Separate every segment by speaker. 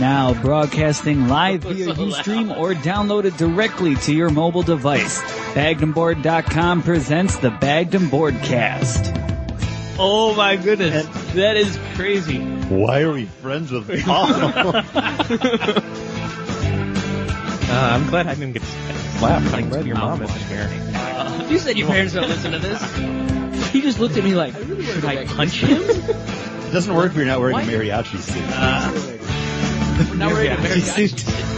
Speaker 1: Now broadcasting live via
Speaker 2: So loud.
Speaker 1: Ustream or downloaded directly to your mobile device. Bagdenboard.com presents the Bagden Boardcast.
Speaker 2: Oh my goodness, that is crazy.
Speaker 3: Why are we friends with Paul?
Speaker 4: Uh, I'm glad I didn't get slapped. I'm glad your mom isn't here.
Speaker 2: You said your parents don't listen to this. He just looked at me like, should I punch him?
Speaker 3: it doesn't work if you're not wearing
Speaker 2: Why?
Speaker 3: a mariachi suit.
Speaker 2: Now we're in America.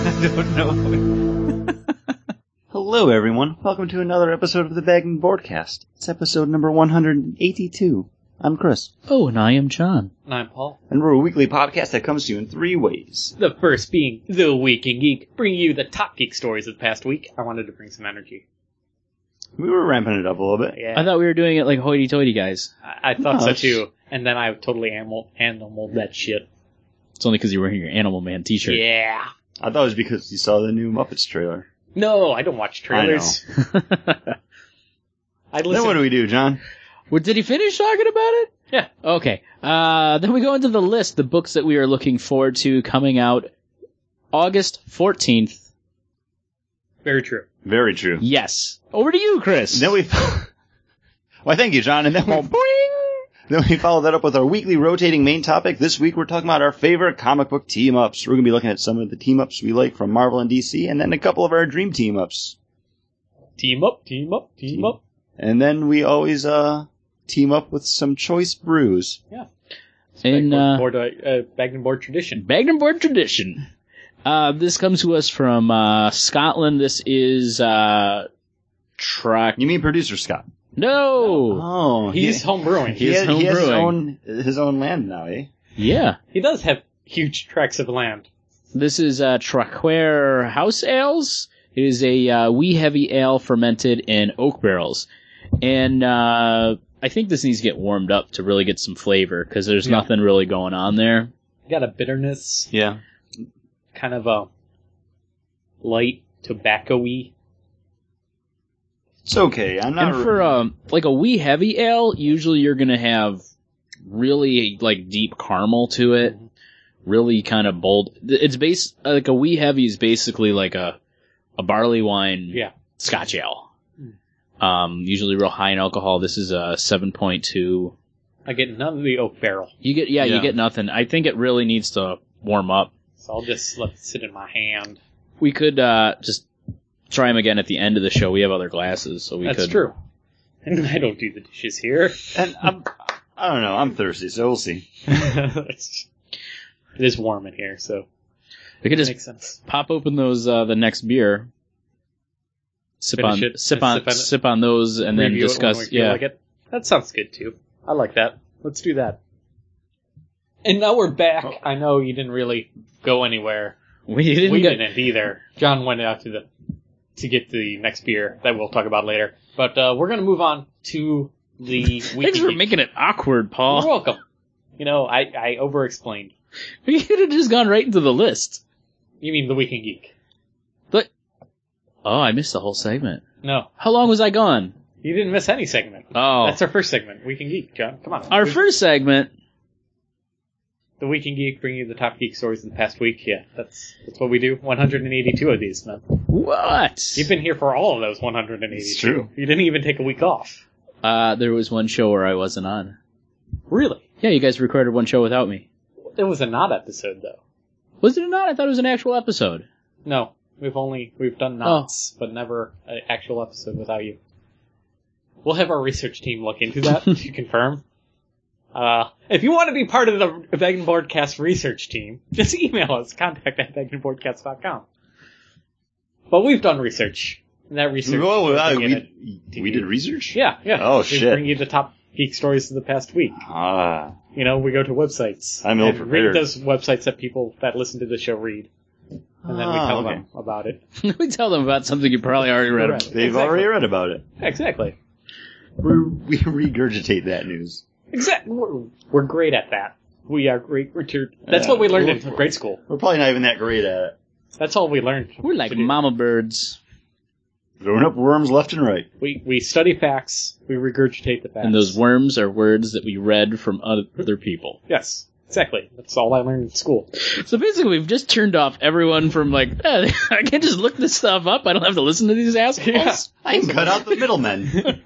Speaker 3: I don't know. Hello, everyone. Welcome to another episode of the Bag and Boardcast. It's episode number 182. I'm Chris,
Speaker 1: Oh, and I am John.
Speaker 2: And I'm Paul.
Speaker 3: and we're a weekly podcast that comes to you in three ways.
Speaker 2: The first being the Week in Geek, bringing you the top geek stories of the past week. I wanted to bring some energy.
Speaker 3: We were ramping it up a little bit.
Speaker 2: Yeah,
Speaker 5: I thought we were doing it like hoity-toity guys.
Speaker 2: I, I thought
Speaker 3: No,
Speaker 2: so
Speaker 3: it's-
Speaker 2: too. And then I totally animal animaled that shit.
Speaker 5: It's only because you're wearing your Animal Man T-shirt.
Speaker 2: Yeah.
Speaker 3: I thought it was because you saw the new Muppets trailer.
Speaker 2: No, I don't watch trailers. I,
Speaker 3: Then what
Speaker 2: listen.
Speaker 3: do we do, John?
Speaker 5: Well, did he finish talking about it?
Speaker 2: Yeah.
Speaker 5: Okay. Uh, then we go into the list, the books that we are looking forward to coming out August fourteenth.
Speaker 2: Very true.
Speaker 3: Very true.
Speaker 5: Yes. Over to you, Chris.
Speaker 3: Then we. Why, thank you, John. And then we. Then we follow that up with our weekly rotating main topic. This week we're talking about our favorite comic book team ups. We're going to be looking at some of the team ups we like from Marvel and DC, and then a couple of our dream team ups.
Speaker 2: Team up, team up, team up.
Speaker 3: And then we always uh team up with some choice brews.
Speaker 5: in
Speaker 2: Back-
Speaker 5: uh,
Speaker 2: board, uh, back and board tradition.
Speaker 5: Magnum board tradition. Uh, this comes to us from uh, Scotland. This is uh, track.
Speaker 3: You mean producer Scott?
Speaker 5: No.
Speaker 3: Oh,
Speaker 2: He's home brewing.
Speaker 3: he,
Speaker 2: He,
Speaker 5: is
Speaker 3: has, he has his own
Speaker 5: homebrewing.
Speaker 3: his own land now, eh?
Speaker 5: Yeah.
Speaker 2: he does have huge tracts of land.
Speaker 5: This is uh, Traquair House Ales. It is a uh, wee heavy ale fermented in oak barrels, and uh, I think this needs to get warmed up to really get some flavor because there's nothing really going on there.
Speaker 2: got a bitterness,
Speaker 3: Yeah.
Speaker 2: kind of a light tobacco-y.
Speaker 3: It's okay. I'm not.
Speaker 5: and for um, like a wee heavy ale, usually you're gonna have really like deep caramel to it, really kind of bold. It's base like a wee heavy is basically like a a barley wine,
Speaker 2: Yeah.
Speaker 5: Scotch ale.
Speaker 2: Hmm.
Speaker 5: Um, usually real high in alcohol. This is a seven point two.
Speaker 2: I get none of the oak barrel,
Speaker 5: You get yeah,
Speaker 3: Yeah.
Speaker 5: you get nothing. I think it really needs to warm up.
Speaker 2: so I'll just let it sit in my hand.
Speaker 5: We could uh just try them again at the end of the show. We have other glasses, so we
Speaker 2: That's
Speaker 5: could.
Speaker 2: true. And I don't do the dishes here.
Speaker 3: and I'm, I don't know. I'm thirsty, so we'll see.
Speaker 2: It's- it is warm in here, so
Speaker 5: We could
Speaker 2: it
Speaker 5: just
Speaker 2: makes sense.
Speaker 5: pop open those uh, the next beer. Sip
Speaker 2: Finish
Speaker 5: on,
Speaker 2: it,
Speaker 5: sip
Speaker 2: then
Speaker 5: on,
Speaker 2: sip on it.
Speaker 5: sip on those, and then
Speaker 2: Review it when we
Speaker 5: discuss.
Speaker 2: feel
Speaker 5: Yeah,
Speaker 2: like it. that sounds good too. I like that. Let's do that. And now we're back.
Speaker 5: Oh.
Speaker 2: I know you didn't really go anywhere.
Speaker 5: we didn't
Speaker 2: we
Speaker 5: get-
Speaker 2: didn't either. John went out to the to get the next beer that we'll talk about later. But uh, we're gonna move on to the
Speaker 5: Thanks for
Speaker 2: weekly-
Speaker 5: making it awkward,
Speaker 2: You're
Speaker 5: Paul.
Speaker 2: welcome. You know, I I over explained.
Speaker 5: We could have just gone right into the list.
Speaker 2: You mean the weekend geek?
Speaker 5: Oh, I missed the whole segment.
Speaker 2: No,
Speaker 5: How long was I gone?
Speaker 2: you didn't miss any segment.
Speaker 5: Oh,
Speaker 2: That's our first segment, weekend geek. John, come on.
Speaker 5: our
Speaker 2: We-
Speaker 5: first segment.
Speaker 2: the weekend geek, bringing you the top geek stories of the past week. Yeah, that's that's what we do. 182 of these, man.
Speaker 5: What?
Speaker 2: You've been here for all of those 182.
Speaker 3: It's true.
Speaker 2: You didn't even take a week off.
Speaker 5: Uh, there was one show where I wasn't on.
Speaker 2: Really?
Speaker 5: Yeah, you guys recorded one show without me.
Speaker 2: It was a not episode though.
Speaker 5: Was it or not? I thought it was an actual episode.
Speaker 2: No, we've only we've done knots, but never an actual episode without you. We'll have our research team look into that to confirm. Uh, if you want to be part of the Bag and Boardcast research team, just email us contact at com. But we've done research, and that research.
Speaker 3: Whoa, uh,
Speaker 2: we'll get it.
Speaker 3: we, we did research.
Speaker 2: yeah, yeah.
Speaker 3: Oh,
Speaker 2: we
Speaker 3: shit.
Speaker 2: Bring you the top geek stories of the past week.
Speaker 3: Ah,
Speaker 2: You know, we go to websites.
Speaker 3: I'm
Speaker 2: and Read
Speaker 3: ill-prepared.
Speaker 2: those websites that people that listen to the show read, and then we
Speaker 3: Ah,
Speaker 2: tell
Speaker 3: okay.
Speaker 2: them about it.
Speaker 5: we tell them about something you probably already read about.
Speaker 3: they've
Speaker 2: Exactly.
Speaker 3: already read about it.
Speaker 2: Exactly.
Speaker 3: We we regurgitate that news.
Speaker 2: Exactly. We're, we're great at that. We are great. We're too- That's what we learned in grade school.
Speaker 3: We're probably not even that great at it.
Speaker 2: That's all we learned.
Speaker 5: We're like
Speaker 2: to do.
Speaker 5: mama birds.
Speaker 3: Throwing up worms left and right.
Speaker 2: We we study facts. We regurgitate the facts.
Speaker 5: And those worms are words that we read from other people.
Speaker 2: Yes. Exactly. That's all I learned in school.
Speaker 5: So basically, we've just turned off everyone from like, eh, I can just look this stuff up. I don't have to listen to these assholes.
Speaker 2: Yeah.
Speaker 3: I can cut out the middlemen.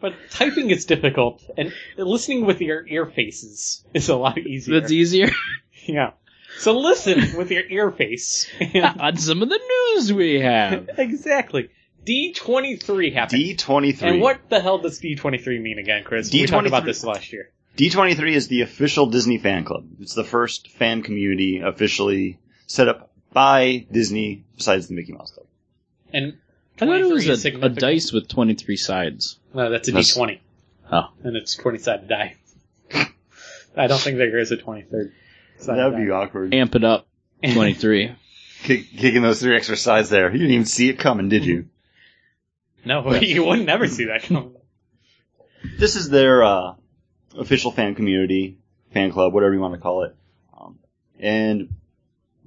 Speaker 2: But typing is difficult, and listening with your ear faces is a lot easier.
Speaker 5: That's e- easier
Speaker 2: yeah. So listen with your ear face.
Speaker 5: on some of the news we have.
Speaker 2: exactly. D23 happened.
Speaker 3: D23.
Speaker 2: and what the hell does D23 mean again, Chris? We talked about this last year.
Speaker 3: D23 is the official Disney fan club. It's the first fan community officially set up by Disney besides the Mickey Mouse Club.
Speaker 2: And
Speaker 5: I thought it
Speaker 2: 23
Speaker 5: was
Speaker 2: is
Speaker 5: a, a
Speaker 2: significant.
Speaker 5: dice with 23 sides.
Speaker 2: No, that's a
Speaker 3: That's-
Speaker 2: D20.
Speaker 5: Oh.
Speaker 2: And it's 20 sided die. I don't think there is a 23rd. side
Speaker 3: that would be
Speaker 2: die.
Speaker 3: awkward.
Speaker 5: Amp it up. 23.
Speaker 3: Kick, kicking those three extra sides there. You didn't even see it coming, did you?
Speaker 2: No, you would never see that coming.
Speaker 3: this is their uh, official fan community, fan club, whatever you want to call it. Um, and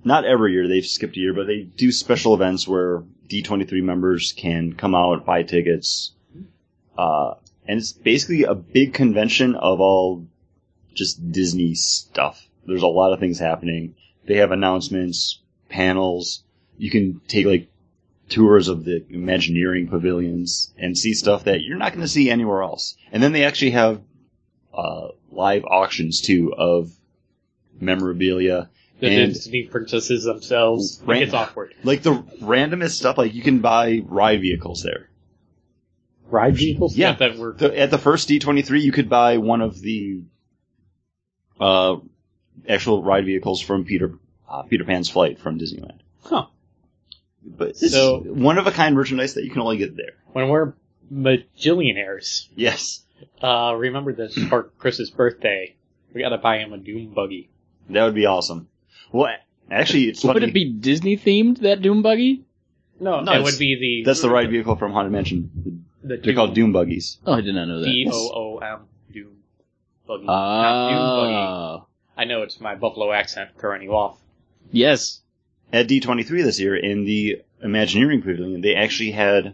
Speaker 3: not every year they've skipped a year, but they do special events where D23 members can come out, buy tickets, uh, and it's basically a big convention of all just Disney stuff. There's a lot of things happening. They have announcements, panels. You can take like tours of the Imagineering pavilions and see stuff that you're not going to see anywhere else. And then they actually have uh, live auctions too of memorabilia
Speaker 2: The
Speaker 3: And-
Speaker 2: Disney princesses themselves. It
Speaker 3: Ran-
Speaker 2: gets awkward.
Speaker 3: like the randomest stuff. Like you can buy ride vehicles there.
Speaker 2: Ride vehicles?
Speaker 3: Yeah.
Speaker 2: Not that were
Speaker 3: The, at the first D23, you could buy one of the uh, actual ride vehicles from Peter uh, Peter Pan's flight from Disneyland.
Speaker 2: Huh.
Speaker 3: But
Speaker 2: So-
Speaker 3: so one of a kind merchandise that you can only get there.
Speaker 2: when we're magillionaires.
Speaker 3: Yes,
Speaker 2: Uh, remember this
Speaker 3: Hmm.
Speaker 2: for Chris's birthday. We gotta buy him a Doom buggy.
Speaker 3: that would be awesome. Well, a- actually, it's funny.
Speaker 5: Would it be Disney themed, that Doom Buggy?
Speaker 2: No,
Speaker 3: No,
Speaker 2: it
Speaker 3: it's-
Speaker 2: would be the
Speaker 3: That's the ride vehicle from Haunted Mansion.
Speaker 2: the
Speaker 3: They're called Doom buggies.
Speaker 5: Oh, I did not know that.
Speaker 2: D O O M Doom buggy. not Doom buggy.
Speaker 5: Ah.
Speaker 2: I know it's my Buffalo accent throwing you off.
Speaker 5: yes.
Speaker 3: At D23 this year in the Imagineering Pavilion, they actually had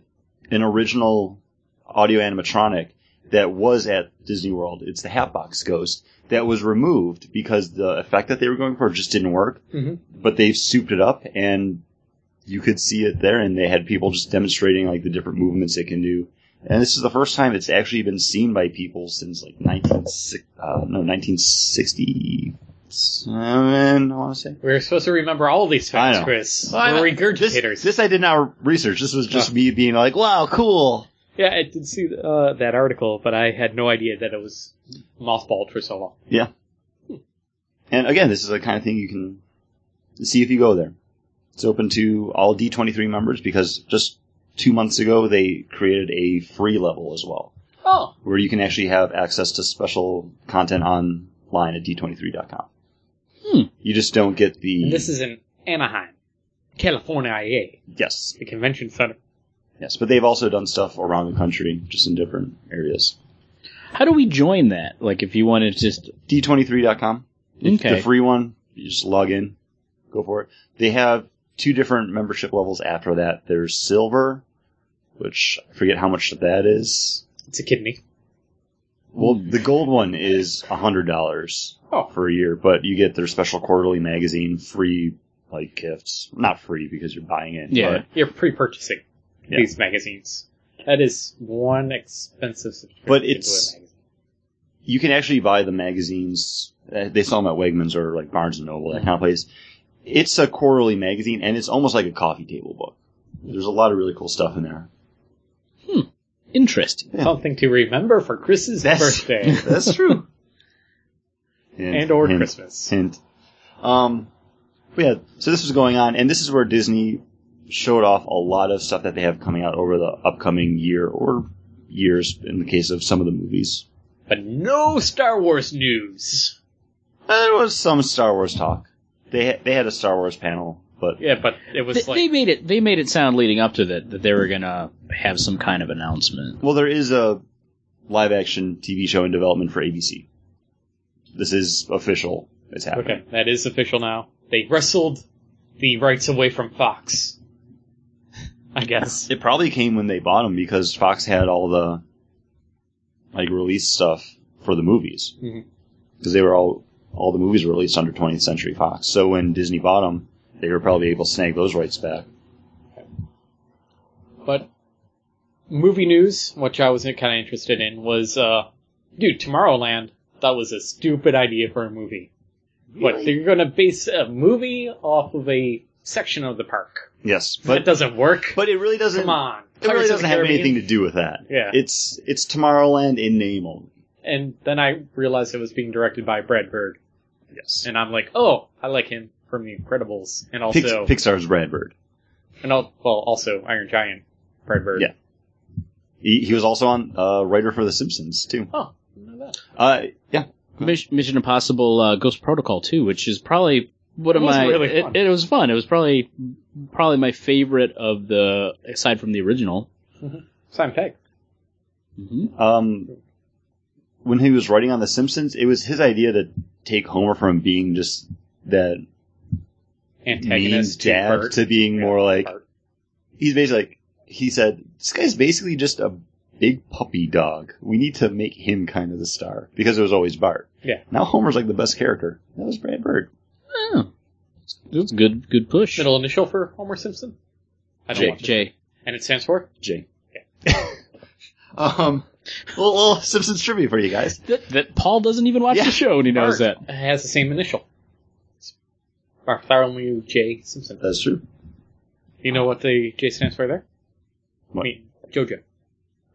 Speaker 3: an original audio animatronic that was at Disney World. It's the Hatbox Ghost that was removed because the effect that they were going for just didn't work.
Speaker 2: Mhm.
Speaker 3: But they've souped it up and you could see it there and they had people just demonstrating like the different movements it can do. And this is the first time it's actually been seen by people since like 19, uh, no, 1967, I want to say.
Speaker 2: We were supposed to remember all these facts,
Speaker 3: I know.
Speaker 2: Chris.
Speaker 5: Well, I-
Speaker 2: we're
Speaker 3: This,
Speaker 2: regurgitators.
Speaker 3: this I did not research. This was just me being like, wow, cool.
Speaker 2: yeah, I did see uh, that article, but I had no idea that it was mothballed for so long.
Speaker 3: Yeah. And again, this is the kind of thing you can see if you go there. It's open to all D23 members because just two months ago they created a free level as well,
Speaker 2: Oh,
Speaker 3: where you can actually have access to special content online at d23.com.
Speaker 5: Hmm.
Speaker 3: You just don't get the
Speaker 2: and this is in Anaheim, California, IA,
Speaker 3: yes,
Speaker 2: the convention center.
Speaker 3: yes, but they've also done stuff around the country, just in different areas.
Speaker 5: How do we join that? Like, if you want to just.
Speaker 3: D23.com.
Speaker 5: Okay.
Speaker 3: The free one, you just log in, go for it. They have two different membership levels after that. There's silver, which I forget how much that is.
Speaker 2: It's a kidney.
Speaker 3: Well,
Speaker 5: Hmm.
Speaker 3: the gold one is $100
Speaker 2: Oh.
Speaker 3: for a year, but you get their special quarterly magazine, free, like, gifts. Not free because you're buying it.
Speaker 5: Yeah.
Speaker 3: But,
Speaker 2: You're pre-purchasing
Speaker 3: Yeah.
Speaker 2: these magazines. That is one expensive subscription.
Speaker 3: But
Speaker 2: to
Speaker 3: it's-
Speaker 2: a magazine.
Speaker 3: you can actually buy the magazines. uh, They sell them at Wegmans or, like, Barnes & Noble, that
Speaker 5: Hmm.
Speaker 3: kind of place. It's a quarterly magazine, and it's almost like a coffee table book. There's a lot of really cool stuff in there.
Speaker 5: Interesting.
Speaker 2: something to remember for Chris's birthday
Speaker 3: That's true. Hint,
Speaker 2: and or
Speaker 3: hint,
Speaker 2: Christmas.
Speaker 3: Hint. Um, but yeah, so this was going on, and this is where Disney showed off a lot of stuff that they have coming out over the upcoming year or years in the case of some of the movies.
Speaker 2: But no Star Wars news.
Speaker 3: Uh, There was some Star Wars talk. They ha- they had a Star Wars panel, but
Speaker 2: Yeah, but it was
Speaker 5: They,
Speaker 2: like
Speaker 5: they made it. They made it sound leading up to that that they were gonna have some kind of announcement.
Speaker 3: well, there is a live action TV show in development for ABC. This is official. It's happening.
Speaker 2: okay, that is official now. They wrestled the rights away from Fox. I guess.
Speaker 3: It probably came when they bought them because Fox had all the like release stuff for the movies.
Speaker 2: Mhm.
Speaker 3: because they were all all the movies were released under 20th Century Fox. So when Disney bought them, they were probably able to snag those rights back.
Speaker 2: But movie news, which I was kind of interested in, was uh, dude, Tomorrowland. That was a stupid idea for a movie. What they're gonna base a movie off of a section of the park?
Speaker 3: Yes,
Speaker 2: That
Speaker 3: but
Speaker 2: doesn't work.
Speaker 3: but it really doesn't.
Speaker 2: Come on,
Speaker 3: It really
Speaker 2: Pirates of
Speaker 3: doesn't
Speaker 2: the
Speaker 3: have
Speaker 2: Caribbean.
Speaker 3: anything to do with that.
Speaker 2: Yeah.
Speaker 3: It's it's Tomorrowland in name only.
Speaker 2: And then I realized it was being directed by Brad Bird,
Speaker 3: Yes.
Speaker 2: and I'm like, oh, I like him from The Incredibles, and
Speaker 3: Pix-
Speaker 2: also
Speaker 3: Pixar's Brad Bird.
Speaker 2: and al- well, also Iron Giant, Brad Bird.
Speaker 3: Yeah. He, he was also on uh, writer for The Simpsons too.
Speaker 2: Oh, I didn't know that.
Speaker 3: Uh, yeah.
Speaker 5: Mis- Mission Impossible uh, Ghost Protocol 2, which is probably one of
Speaker 2: It was
Speaker 5: my.
Speaker 2: really
Speaker 5: it-
Speaker 2: fun.
Speaker 5: It, was fun. It was probably probably my favorite of the aside from the original.
Speaker 2: Simon Pegg.
Speaker 5: hmm
Speaker 3: Um, when he was writing on The Simpsons, it was his idea to take Homer from being just that mean
Speaker 2: antagonist to
Speaker 3: dad
Speaker 2: Bert.
Speaker 3: to being
Speaker 2: Yeah,
Speaker 3: more like
Speaker 2: Bert.
Speaker 3: he's basically like he said this guy's basically just a big puppy dog. We need to make him kind of the star because it was always Bart.
Speaker 2: Yeah.
Speaker 3: Now Homer's like the best character. That was Brad Bird.
Speaker 5: Oh, it was good. Good push.
Speaker 2: middle initial for Homer Simpson. I don't
Speaker 3: Jake.
Speaker 2: watch it.
Speaker 5: Jay.
Speaker 2: And it stands for
Speaker 3: Jay. um, little, little Simpsons trivia for you guys.
Speaker 5: That, that Paul doesn't even watch
Speaker 3: Yeah.
Speaker 5: the show and he knows that.
Speaker 2: Bart. It has the same initial. It's Bartholomew J Simpson. Do
Speaker 3: That's true.
Speaker 2: you know what the J stands for there?
Speaker 3: What?
Speaker 2: I mean, JoJo.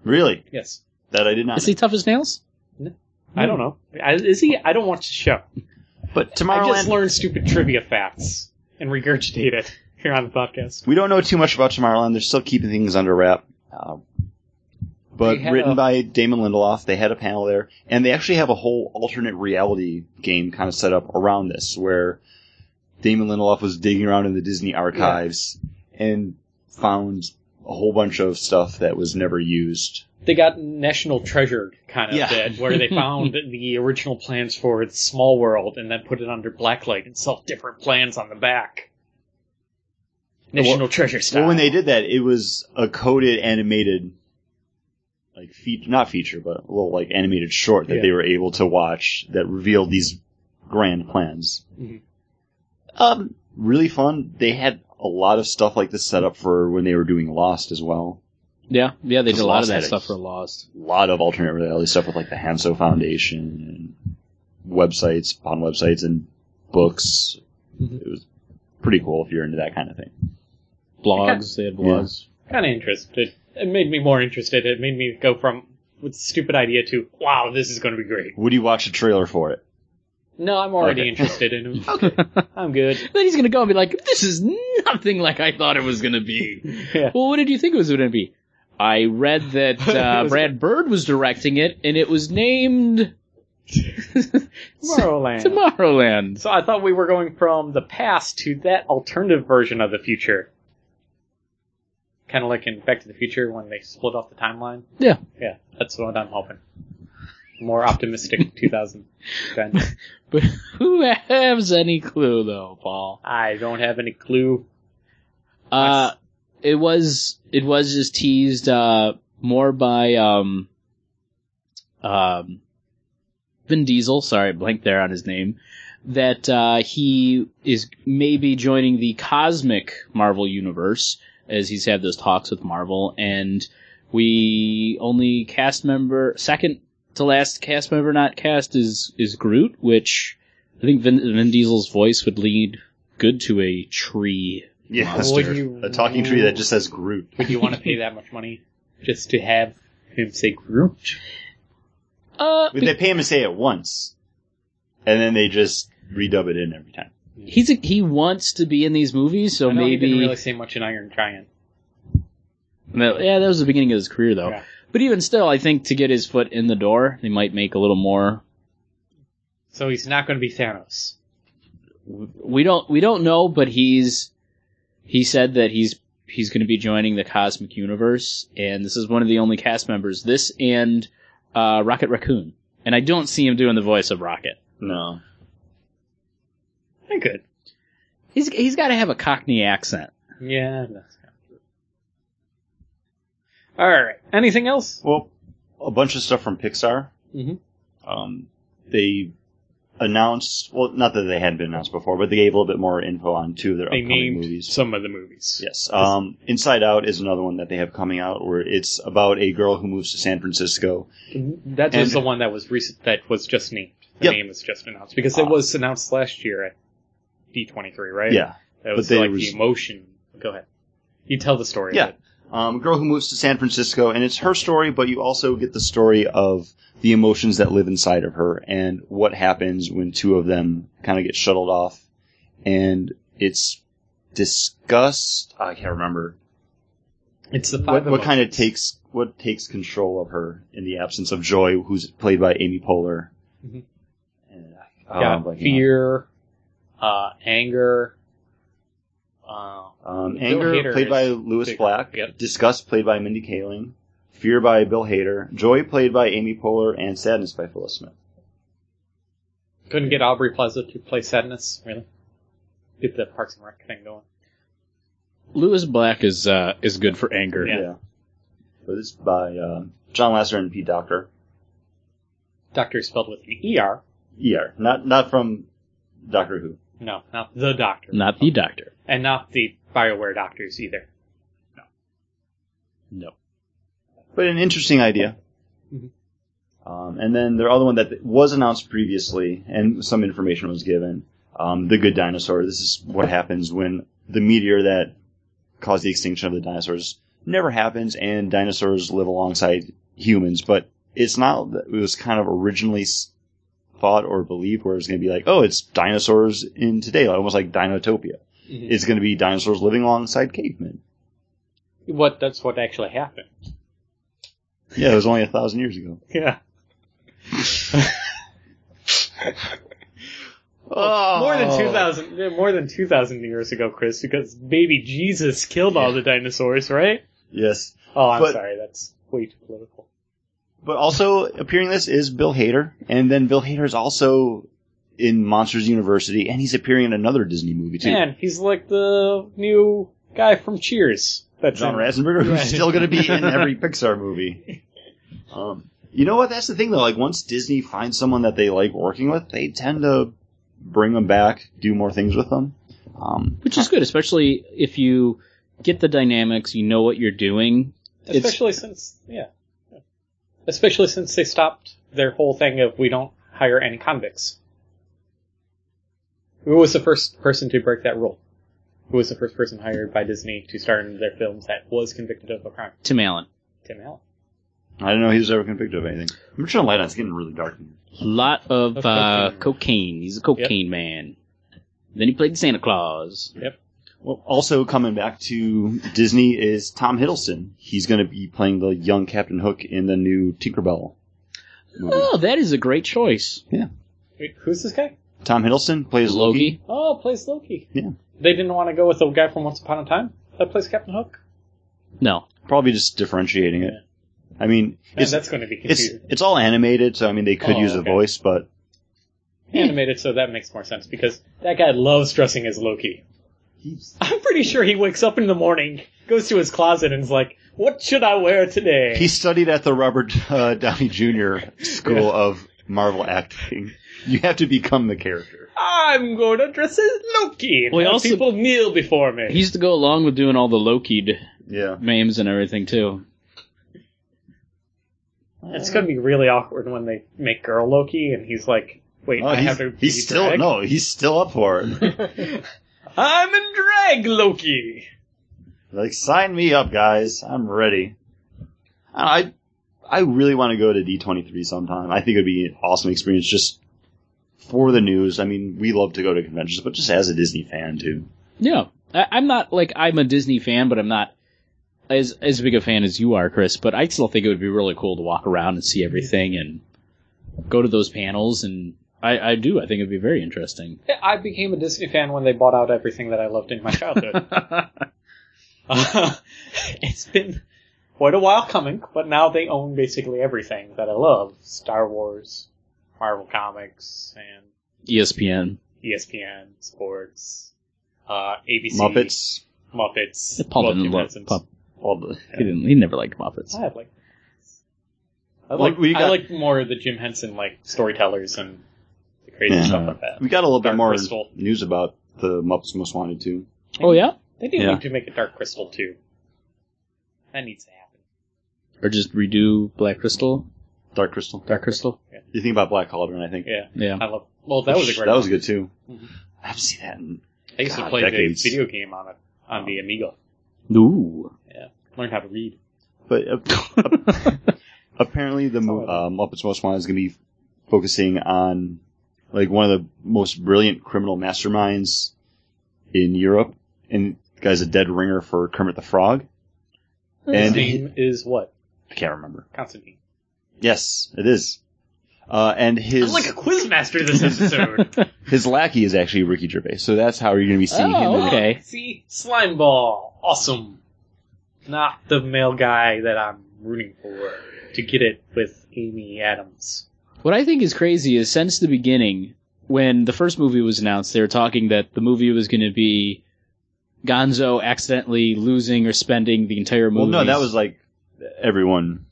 Speaker 3: Really?
Speaker 2: Yes.
Speaker 3: That I did not.
Speaker 5: Is he tough as nails?
Speaker 3: Hmm.
Speaker 2: I don't know. I, is he? I don't watch the show.
Speaker 3: know. But
Speaker 2: I
Speaker 3: Tomorrowland.
Speaker 2: just learn stupid trivia facts and regurgitate it here on the podcast.
Speaker 3: we don't know too much about Tomorrowland. They're still keeping things under wrap. Uh, but
Speaker 2: They have-
Speaker 3: written by Damon Lindelof, they had a panel there, and they actually have a whole alternate reality game kind of set up around this, where Damon Lindelof was digging around in the Disney archives and found a whole bunch of stuff that was never used.
Speaker 2: They got National Treasure kind of
Speaker 3: Yeah.
Speaker 2: bit, where they found the original plans for its Small World and then put it under Blacklight and sell different plans on the back. National Treasure style.
Speaker 3: Well, when they did that, it was a coded animated, like feature, not feature, but a little like animated short that
Speaker 2: Yeah.
Speaker 3: they were able to watch that revealed these grand plans.
Speaker 2: Mhm.
Speaker 3: Um, really fun. They had a lot of stuff like this set up for when they were doing Lost as well.
Speaker 5: Yeah, yeah, they did
Speaker 3: Just
Speaker 5: a lot
Speaker 3: Lost
Speaker 5: of that
Speaker 3: had it.
Speaker 5: stuff for Lost.
Speaker 3: A lot of alternate reality stuff with like the Hanso Foundation and websites upon websites and books.
Speaker 2: Mhm.
Speaker 3: It was pretty cool if you're into that kind of thing.
Speaker 5: Blogs, they had blogs.
Speaker 2: kind of interested. It made me more interested. It made me go from with stupid idea to wow, this is going to be great.
Speaker 3: Would you watch a trailer for it?
Speaker 2: No, I'm already
Speaker 3: Okay.
Speaker 2: interested in him. okay, I'm good.
Speaker 5: Then he's gonna go and be like, "This is nothing like I thought it was gonna be."
Speaker 2: Yeah.
Speaker 5: Well, what did you think it was gonna be? I read that
Speaker 2: It
Speaker 5: uh,
Speaker 2: was-
Speaker 5: Brad Bird was directing it, and it was named
Speaker 2: Tomorrowland.
Speaker 5: Tomorrowland.
Speaker 2: So I thought we were going from the past to that alternative version of the future. Kind of like in Back to the Future when they split off the timeline.
Speaker 5: Yeah,
Speaker 2: Yeah, that's what I'm hoping. More optimistic 2010.
Speaker 5: but who has any clue though, Paul?
Speaker 2: I don't have any clue.
Speaker 5: Uh, it was it was just teased uh, more by um, um, Vin Diesel. Sorry, blank there on his name. That uh, he is maybe joining the cosmic Marvel universe as he's had those talks with Marvel, and we only cast member second to last cast member not cast is is Groot, which I think Vin, Vin Diesel's voice would lead good to a tree
Speaker 3: Yeah,
Speaker 2: Would
Speaker 3: Esther.
Speaker 2: you-
Speaker 3: a talking tree that just says Groot.
Speaker 2: Would you want to pay that much money just to have him say Groot?
Speaker 5: Uh,
Speaker 3: They pay him to say it once, and then they just redub it in every time.
Speaker 5: he's a, he wants to be in these movies, so
Speaker 2: I know he
Speaker 5: maybe
Speaker 2: didn't really say much in Iron Giant.
Speaker 5: No, yeah, that was the beginning of his career though.
Speaker 2: Yeah.
Speaker 5: But even still, I think to get his foot in the door, they might make a little more.
Speaker 2: So he's not going to be Thanos.
Speaker 5: We don't we don't know, but he's he said that he's he's going to be joining the Cosmic Universe, and this is one of the only cast members. This and uh, Rocket Raccoon, and I don't see him doing the voice of Rocket.
Speaker 3: No.
Speaker 2: I could.
Speaker 5: He's he's got to have a Cockney accent.
Speaker 2: Yeah, that's kind of true. All right. Anything else?
Speaker 3: Well, a bunch of stuff from Pixar.
Speaker 2: Mhm.
Speaker 3: Um, they announced. Well, not that they had been announced before, but they gave a little bit more info on two of their
Speaker 2: They
Speaker 3: upcoming
Speaker 2: named
Speaker 3: movies.
Speaker 2: some of the movies.
Speaker 3: Yes. Um, Inside Out is another one that they have coming out where it's about a girl who moves to San Francisco.
Speaker 2: That was
Speaker 3: And-
Speaker 2: the one that was recent. That was just named. The
Speaker 3: Yep.
Speaker 2: name was just announced because
Speaker 3: Ah.
Speaker 2: it was announced last year at D23, right?
Speaker 3: Yeah.
Speaker 2: That was
Speaker 3: they
Speaker 2: like
Speaker 3: was-
Speaker 2: the emotion. Go ahead. You tell the story. Of
Speaker 3: Yeah.
Speaker 2: it.
Speaker 3: Um, a girl who moves to San Francisco, and it's her story, but you also get the story of the emotions that live inside of her and what happens when two of them kind of get shuttled off. And it's discussed. I can't remember
Speaker 2: It's the
Speaker 3: what,
Speaker 2: five
Speaker 3: what
Speaker 2: of
Speaker 3: kind of takes what takes control of her in the absence of Joy, who's played by Amy Poehler.
Speaker 2: Mhm.
Speaker 3: And,
Speaker 2: them.
Speaker 3: uh,
Speaker 2: Yeah,
Speaker 3: I'm blanking on-
Speaker 2: fear, uh, anger. Uh,
Speaker 3: Um,
Speaker 2: Bill
Speaker 3: Anger,
Speaker 2: Hader
Speaker 3: played
Speaker 2: is
Speaker 3: by Lewis
Speaker 2: big.
Speaker 3: Black.
Speaker 2: Yep.
Speaker 3: Disgust, played by Mindy Kaling. Fear by Bill Hader. Joy, played by Amy Poehler. And Sadness by Phyllis Smith.
Speaker 2: couldn't get Aubrey Plaza to play Sadness. Really, get the Parks and Rec thing going.
Speaker 5: Lewis Black is uh, is good for anger.
Speaker 2: Yeah.
Speaker 3: But it's by uh, John Lasseter and Pete Doctor.
Speaker 2: Doctor is spelled with an er.
Speaker 3: ER. Not not from Doctor Who.
Speaker 2: No, not the Doctor.
Speaker 5: Not the doctor.
Speaker 2: and not the Bioware Doctors either.
Speaker 5: No.
Speaker 3: But an interesting idea.
Speaker 2: Mhm.
Speaker 3: Um, and then the other one that was announced previously, and some information was given. Um, the Good Dinosaur. This is what happens when the meteor that caused the extinction of the dinosaurs never happens, and dinosaurs live alongside humans. But it's not. that It was kind of originally s- thought or believed where it's going to be like, oh, it's dinosaurs in today, almost like Dinotopia.
Speaker 2: Mhm.
Speaker 3: It's going to be dinosaurs living alongside cavemen.
Speaker 2: What? That's what actually happened.
Speaker 3: Yeah, it was only a thousand years ago.
Speaker 2: Yeah.
Speaker 3: Oh,
Speaker 2: More than 2000 yeah, more than 2000 years ago, Chris, because baby Jesus killed all the dinosaurs, right?
Speaker 3: Yes.
Speaker 2: Oh, I'm
Speaker 3: But-
Speaker 2: sorry. That's way too political.
Speaker 3: But also appearing in this is Bill Hader, and then Bill Hader is also in Monsters University, and he's appearing in another Disney movie too.
Speaker 2: Man, he's like the new guy from Cheers. That's
Speaker 3: John
Speaker 2: in-
Speaker 3: Ratzenberger, who's
Speaker 2: Right.
Speaker 3: still going to be in every Pixar movie. Um, you know what? That's the thing, though. Like once Disney finds someone that they like working with, they tend to bring them back, do more things with them. Um,
Speaker 5: Which is good, especially if you get the dynamics, you know what you're doing. It's-
Speaker 2: Especially since, yeah. Especially since they stopped their whole thing of we don't hire any convicts. Who was the first person to break that rule? Who was the first person hired by Disney to star in their films that was convicted of a crime?
Speaker 5: Tim Allen.
Speaker 2: Tim Allen.
Speaker 3: I don't know he was ever convicted of anything. I'm just trying to light on. It's getting really dark. in here.
Speaker 5: Lot of
Speaker 2: Of
Speaker 5: uh,
Speaker 2: cocaine.
Speaker 5: cocaine. He's a cocaine man. Then he played Santa Claus.
Speaker 3: Well, also coming back to Disney is Tom Hiddleston. He's going to be playing the young Captain Hook in the new Tinkerbell
Speaker 2: Mm-hmm.
Speaker 3: movie.
Speaker 5: Oh, that is a great choice.
Speaker 2: Wait, who's this guy?
Speaker 3: Tom Hiddleston plays Loki.
Speaker 5: Loki.
Speaker 2: Oh, plays Loki.
Speaker 3: Yeah.
Speaker 2: They didn't want to go with the guy from Once Upon a Time that plays Captain Hook.
Speaker 5: No.
Speaker 3: Probably just differentiating it. I mean,
Speaker 2: Man,
Speaker 3: it's,
Speaker 2: that's going to be
Speaker 3: it's
Speaker 2: confusing.
Speaker 3: it's all animated, so I mean they could
Speaker 2: Oh,
Speaker 3: use a
Speaker 2: okay.
Speaker 3: voice, but
Speaker 2: Animated, so that makes more sense because that guy loves dressing as Loki.
Speaker 3: he's
Speaker 2: I'm pretty sure he wakes up in the morning, goes to his closet, and is like, "What should I wear today?"
Speaker 3: he studied at the Robert uh, Downey Jr. School of Marvel acting. You have to become the character.
Speaker 2: I'm going to dress as Loki.
Speaker 5: Well, he
Speaker 2: Well,
Speaker 5: also-
Speaker 2: people kneel before me.
Speaker 5: He used to go along with doing all the Loki'd
Speaker 3: Yeah.
Speaker 5: memes and everything, too.
Speaker 2: It's going to be really awkward when they make girl Loki, and he's like, "Wait,
Speaker 3: Oh,
Speaker 2: I
Speaker 3: he's,
Speaker 2: have to." be
Speaker 3: he's still
Speaker 2: drag?
Speaker 3: no, he's still up for it.
Speaker 2: I'm in drag, Loki.
Speaker 3: like sign me up, guys. I'm ready. I I really want to go to D23 sometime. I think it'd be an awesome experience just for the news. I mean, we love to go to conventions, but just as a Disney fan too.
Speaker 5: Yeah, I, I'm not like I'm a Disney fan, but I'm not as as big a fan as you are, Chris. But I still think it would be really cool to walk around and see everything and go to those panels. And I, I do. I think it'd be very interesting.
Speaker 2: I became a Disney fan when they bought out everything that I loved in my childhood. it's been quite a while coming, but now they own basically everything that I love: Star Wars, Marvel comics, and
Speaker 5: E
Speaker 2: E
Speaker 5: ESPN,
Speaker 2: ESPN Sports, uh, ABC,
Speaker 3: Muppets.
Speaker 2: Muppets,
Speaker 5: Paul
Speaker 2: Love
Speaker 5: didn't
Speaker 2: Jim
Speaker 5: love
Speaker 2: Henson's.
Speaker 5: Paul,
Speaker 3: All the,
Speaker 5: he didn't. He never liked Muppets.
Speaker 2: I like. I
Speaker 3: Well,
Speaker 2: like.
Speaker 3: we
Speaker 2: I
Speaker 3: got-
Speaker 2: like more of the Jim Henson like storytellers and the crazy
Speaker 3: Yeah.
Speaker 2: stuff like that.
Speaker 3: We got a little bit
Speaker 2: Dark
Speaker 3: more
Speaker 2: Crystal.
Speaker 3: news about the Muppets Most Wanted too.
Speaker 5: Oh yeah,
Speaker 2: They do
Speaker 3: Yeah.
Speaker 2: need to make a Dark Crystal too. That needs to happen.
Speaker 5: or just redo Black Crystal,
Speaker 3: Dark Crystal.
Speaker 5: Dark Crystal.
Speaker 3: You think about Black Cauldron, I think.
Speaker 2: Yeah,
Speaker 5: Yeah,
Speaker 2: I love. Well, that was a great.
Speaker 3: That was good too.
Speaker 2: Mhm.
Speaker 3: I haven't seen that in
Speaker 2: I used to
Speaker 3: God,
Speaker 2: play
Speaker 3: decades.
Speaker 2: the video game on it on the Amiga.
Speaker 5: ooh,
Speaker 2: Learn how to read.
Speaker 3: But uh, apparently, the mo- uh, Muppets Most Wanted is going to be focusing on like one of the most brilliant criminal masterminds in Europe, and the guy's a dead ringer for Kermit the Frog.
Speaker 2: His
Speaker 3: And
Speaker 2: name is what?
Speaker 3: I can't remember.
Speaker 2: Constantine.
Speaker 3: Yes, it is. Uh, and his
Speaker 2: I'm like a quizmaster this episode.
Speaker 3: his lackey is actually Ricky Gervais, so that's how you're going to be seeing him.
Speaker 5: Oh,
Speaker 3: in-
Speaker 5: Okay.
Speaker 2: See, slime ball, awesome. Not the male guy that I'm rooting for to get it with Amy Adams.
Speaker 5: What I think is crazy is since the beginning, when the first movie was announced, they were talking that the movie was going to be Gonzo accidentally losing or spending the entire
Speaker 3: Well,
Speaker 5: movie.
Speaker 3: no, that was like everyone.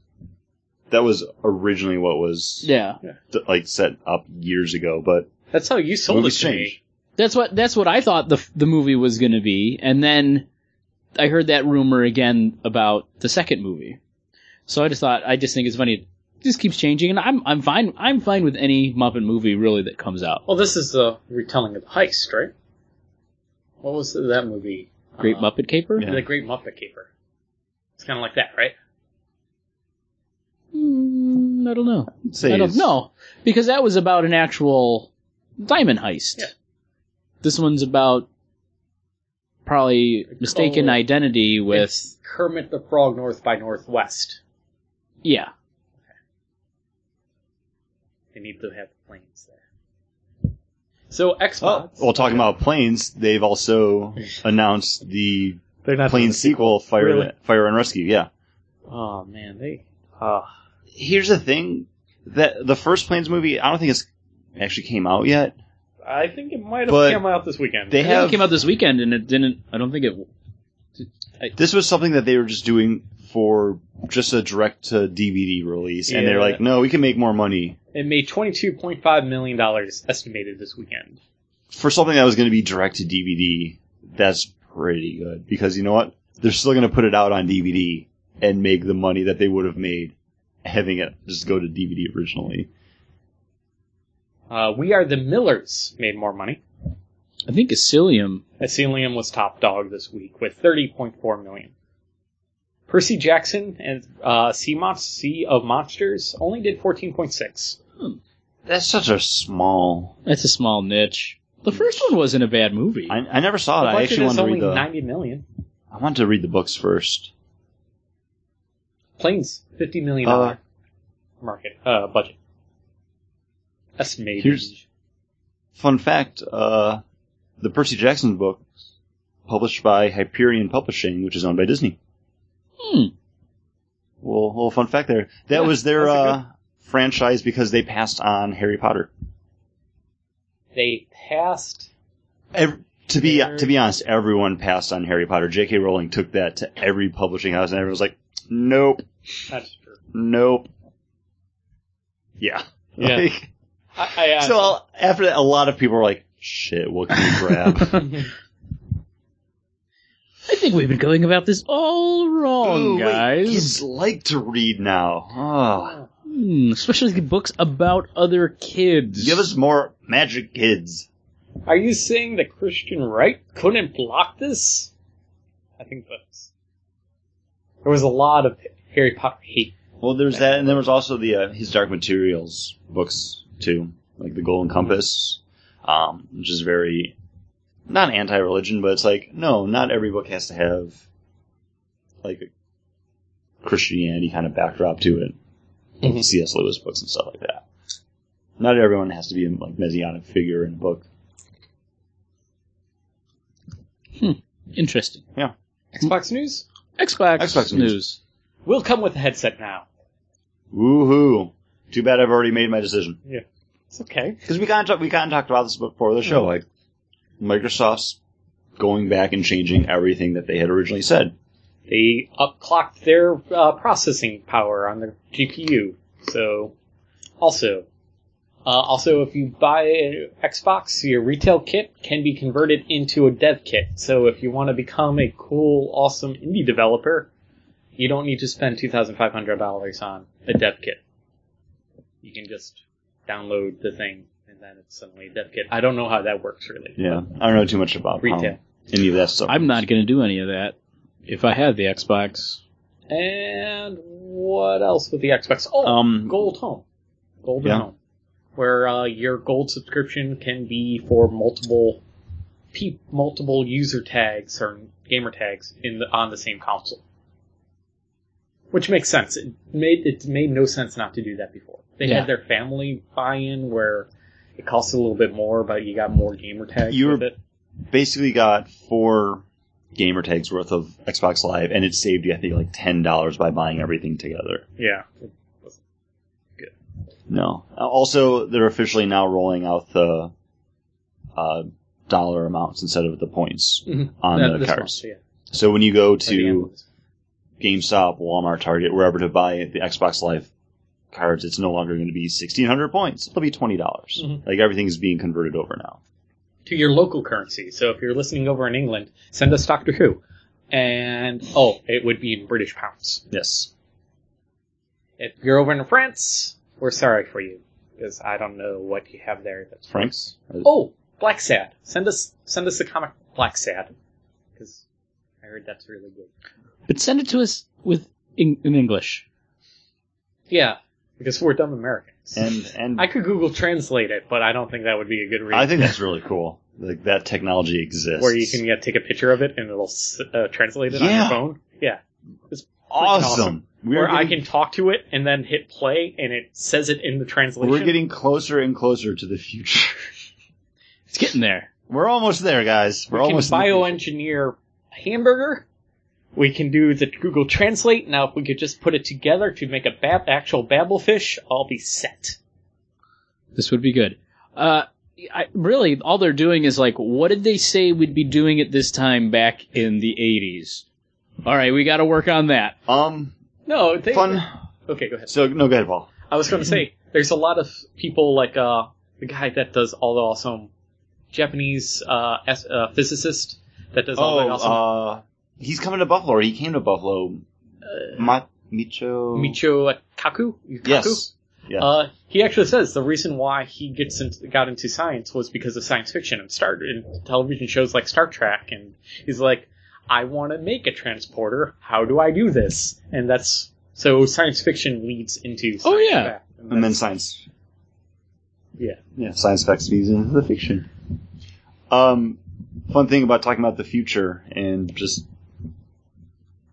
Speaker 3: That was originally what was
Speaker 5: yeah.
Speaker 3: th- like set up years ago, but
Speaker 2: That's how you sold
Speaker 3: Movies
Speaker 2: it to me.
Speaker 3: change.
Speaker 5: That's what that's what I thought the the movie was going to be, and then I heard that rumor again about the second movie. So I just thought I just think it's funny. It just keeps changing, and I'm I'm fine I'm fine with any Muppet movie really that comes out.
Speaker 2: Well, this is the retelling of the heist, right? What was that movie?
Speaker 5: Great
Speaker 2: Uh,
Speaker 5: Muppet Caper.
Speaker 3: Uh-huh. Yeah.
Speaker 2: The Great Muppet Caper. It's kind of like that, right?
Speaker 5: Mm, I don't know.
Speaker 3: I'd say
Speaker 5: I don't
Speaker 3: it's-
Speaker 5: know because that was about an actual diamond heist.
Speaker 2: Yeah.
Speaker 5: This one's about probably mistaken
Speaker 2: Oh.
Speaker 5: identity with
Speaker 2: It's Kermit the Frog North by Northwest.
Speaker 5: yeah.
Speaker 2: They need to have the planes there. So
Speaker 3: Oh,
Speaker 2: Xbox.
Speaker 3: well, talking about planes, they've also announced the
Speaker 2: they're not
Speaker 3: plane sequel, Fire
Speaker 2: Really?
Speaker 3: Fire and Rescue. Yeah.
Speaker 2: Oh man, they. ah.
Speaker 3: Here's the thing that the first Planes movie, I don't think it's actually came out yet.
Speaker 2: I think it might have
Speaker 3: But
Speaker 2: come out this weekend.
Speaker 3: They
Speaker 5: I think
Speaker 3: have
Speaker 5: it came out this weekend and it didn't. I don't think it.
Speaker 3: this was something that they were just doing for just a direct to DVD release, and they're
Speaker 2: Yeah.
Speaker 3: like, no, we can make more money
Speaker 2: it made twenty two point five million dollars estimated this weekend.
Speaker 3: for something that was going to be direct to DVD. That's pretty good because you know what? They're still going to put it out on DVD and make the money that they would have made having it just go to DVD originally.
Speaker 2: Uh, we are the Millers made more money.
Speaker 5: I think Asilium.
Speaker 2: Asylum was top dog this week with thirty point four million. Percy Jackson and uh, Sea, Mon- sea of Monsters only did fourteen point six.
Speaker 3: That's such a small.
Speaker 5: That's a small niche. The first one wasn't a bad movie.
Speaker 3: I, I never saw it. I actually wanted to
Speaker 2: only
Speaker 3: read the.
Speaker 2: ninety million.
Speaker 3: I wanted to read the books first.
Speaker 2: Planes fifty million dollar market uh, budget. Estimated.
Speaker 3: Here's- Fun fact: uh, the Percy Jackson book, published by Hyperion Publishing, which is owned by Disney.
Speaker 5: Hmm.
Speaker 3: Well, little fun fact there. That was their
Speaker 2: that's a
Speaker 3: uh, franchise because they passed on Harry Potter.
Speaker 2: they passed
Speaker 3: Ev- to be
Speaker 2: Nerd.
Speaker 3: to be honest, everyone passed on Harry Potter. J.K. Rowling took that to every publishing house, and everyone's like, "Nope,
Speaker 2: That's true.
Speaker 3: nope." Yeah.
Speaker 2: Yeah.
Speaker 3: Like,
Speaker 2: I, I, uh,
Speaker 3: so I'll- after that, a lot of people were like, "Shit, what can we grab?"
Speaker 5: I think we've been going about this all wrong,
Speaker 3: Ooh, wait,
Speaker 5: guys.
Speaker 3: kids like to read now. Oh.
Speaker 5: Hmm, especially the books about other kids.
Speaker 3: Give us more magic, kids.
Speaker 2: are you saying the Christian right couldn't block this? I think that's. There was a lot of Harry Potter hate.
Speaker 3: Well, there's that, and there was also the uh, his Dark Materials books too, like the Golden Compass, um, which is very not anti-religion, but it's like no, not every book has to have like a Christianity kind of backdrop to it.
Speaker 2: Mhm.
Speaker 3: Like C.S. Lewis books and stuff like that. Not everyone has to be a like messianic figure in a book.
Speaker 5: Interesting.
Speaker 2: Xbox News
Speaker 5: Xbox,
Speaker 3: Xbox news.
Speaker 5: news.
Speaker 2: will come with a headset now.
Speaker 3: Woohoo! Too bad I've already made my decision.
Speaker 2: It's okay.
Speaker 3: Because we kind of talk, we kind of talked about this before the show. Like Microsoft's going back and changing everything that they had originally said.
Speaker 2: They upclocked their uh, processing power on their GPU. So, also, Uh, also, if you buy an Xbox, your retail kit can be converted into a dev kit. So if you want to become a cool, awesome indie developer, you don't need to spend two thousand five hundred dollars on a dev kit. You can just download the thing, and then it's suddenly a dev kit. I don't know how that works really.
Speaker 3: Yeah, I don't know too much about how
Speaker 2: Retail.
Speaker 3: any of that stuff.
Speaker 5: I'm not going to do any of that. If I had the Xbox,
Speaker 2: And what else with the Xbox? Oh,
Speaker 3: Um,
Speaker 2: Gold Home, Golden
Speaker 3: Yeah.
Speaker 2: Home, where uh, your gold subscription can be for multiple, pe- multiple user tags or gamer tags in the, on the same console, which makes sense. It made it made no sense not to do that before. They
Speaker 5: Yeah.
Speaker 2: had their family buy-in where it costs a little bit more, but you got more gamer tags
Speaker 3: You were-
Speaker 2: with it.
Speaker 3: basically got four gamer tags worth of Xbox Live, and it saved you, I think, like ten dollars by buying everything together.
Speaker 2: Yeah,
Speaker 3: No. Uh, Also, they're officially now rolling out the uh, dollar amounts instead of the points
Speaker 2: Mhm.
Speaker 3: on
Speaker 2: That-
Speaker 3: the
Speaker 2: this
Speaker 3: cards.
Speaker 2: month, yeah.
Speaker 3: So when you go
Speaker 2: By the end of
Speaker 3: to
Speaker 2: this
Speaker 3: GameStop, Walmart, Target, wherever to buy the Xbox Live cards, it's no longer going to be sixteen hundred points. It'll be twenty dollars.
Speaker 2: Mhm.
Speaker 3: Like everything is being converted over now.
Speaker 2: to your local currency. So if you're listening over in England, send us Doctor Who. And oh, it would be in British pounds.
Speaker 3: Yes.
Speaker 2: If you're over in France, we're sorry for you because I don't know what you have there. That's
Speaker 3: Franks.
Speaker 2: oh, Black Sad. Send us send us the comic Black Sad because I heard that's really good.
Speaker 5: but send it to us with in, in English.
Speaker 2: Yeah, because we're dumb Americans.
Speaker 3: And and
Speaker 2: I could Google Translate it, but I don't think that would be a good reason.
Speaker 3: I think that's really cool. Like that technology exists.
Speaker 2: where you can yeah, take a picture of it and it'll s- uh, translate it on your
Speaker 3: Yeah.
Speaker 2: phone. Yeah, it's freaking
Speaker 3: awesome. We are
Speaker 2: where I
Speaker 3: getting-
Speaker 2: can talk to it and then hit play and it says it in the translation.
Speaker 3: We're getting closer and closer to the future.
Speaker 5: It's getting there.
Speaker 3: We're almost there, guys. We're
Speaker 2: we can
Speaker 3: almost in the future.
Speaker 2: bioengineer a hamburger. We can do the Google Translate. Now, if we could just put it together to make a bab- actual babble fish, I'll be set.
Speaker 5: This would be good. Uh, I, really, all they're doing is like, what did they say we'd be doing at this time back in the '80s? All right, we got to work on that.
Speaker 3: Um,
Speaker 2: No, they,
Speaker 3: fun.
Speaker 2: Okay, go ahead.
Speaker 3: So no, go ahead, Paul.
Speaker 2: I was going to say there's a lot of people like uh, the guy that does all the awesome Japanese uh, as, uh, physicist that does all that awesome
Speaker 3: uh, he's coming to Buffalo. or He came to Buffalo.
Speaker 2: Uh,
Speaker 3: Ma- Micho.
Speaker 2: Michio Kaku. Kaku?
Speaker 3: Yes. Yes.
Speaker 2: Uh, he actually says the reason why he gets into, got into science was because of science fiction and Star and television shows like Star Trek, and he's like, I want to make a transporter. How do I do this? And that's so science fiction leads into. Science
Speaker 5: Oh, yeah.
Speaker 2: fact, and
Speaker 3: and then
Speaker 2: that's-
Speaker 3: science.
Speaker 2: Yeah.
Speaker 3: Yeah, science facts feeds into the fiction. Um, fun thing about talking about the future and just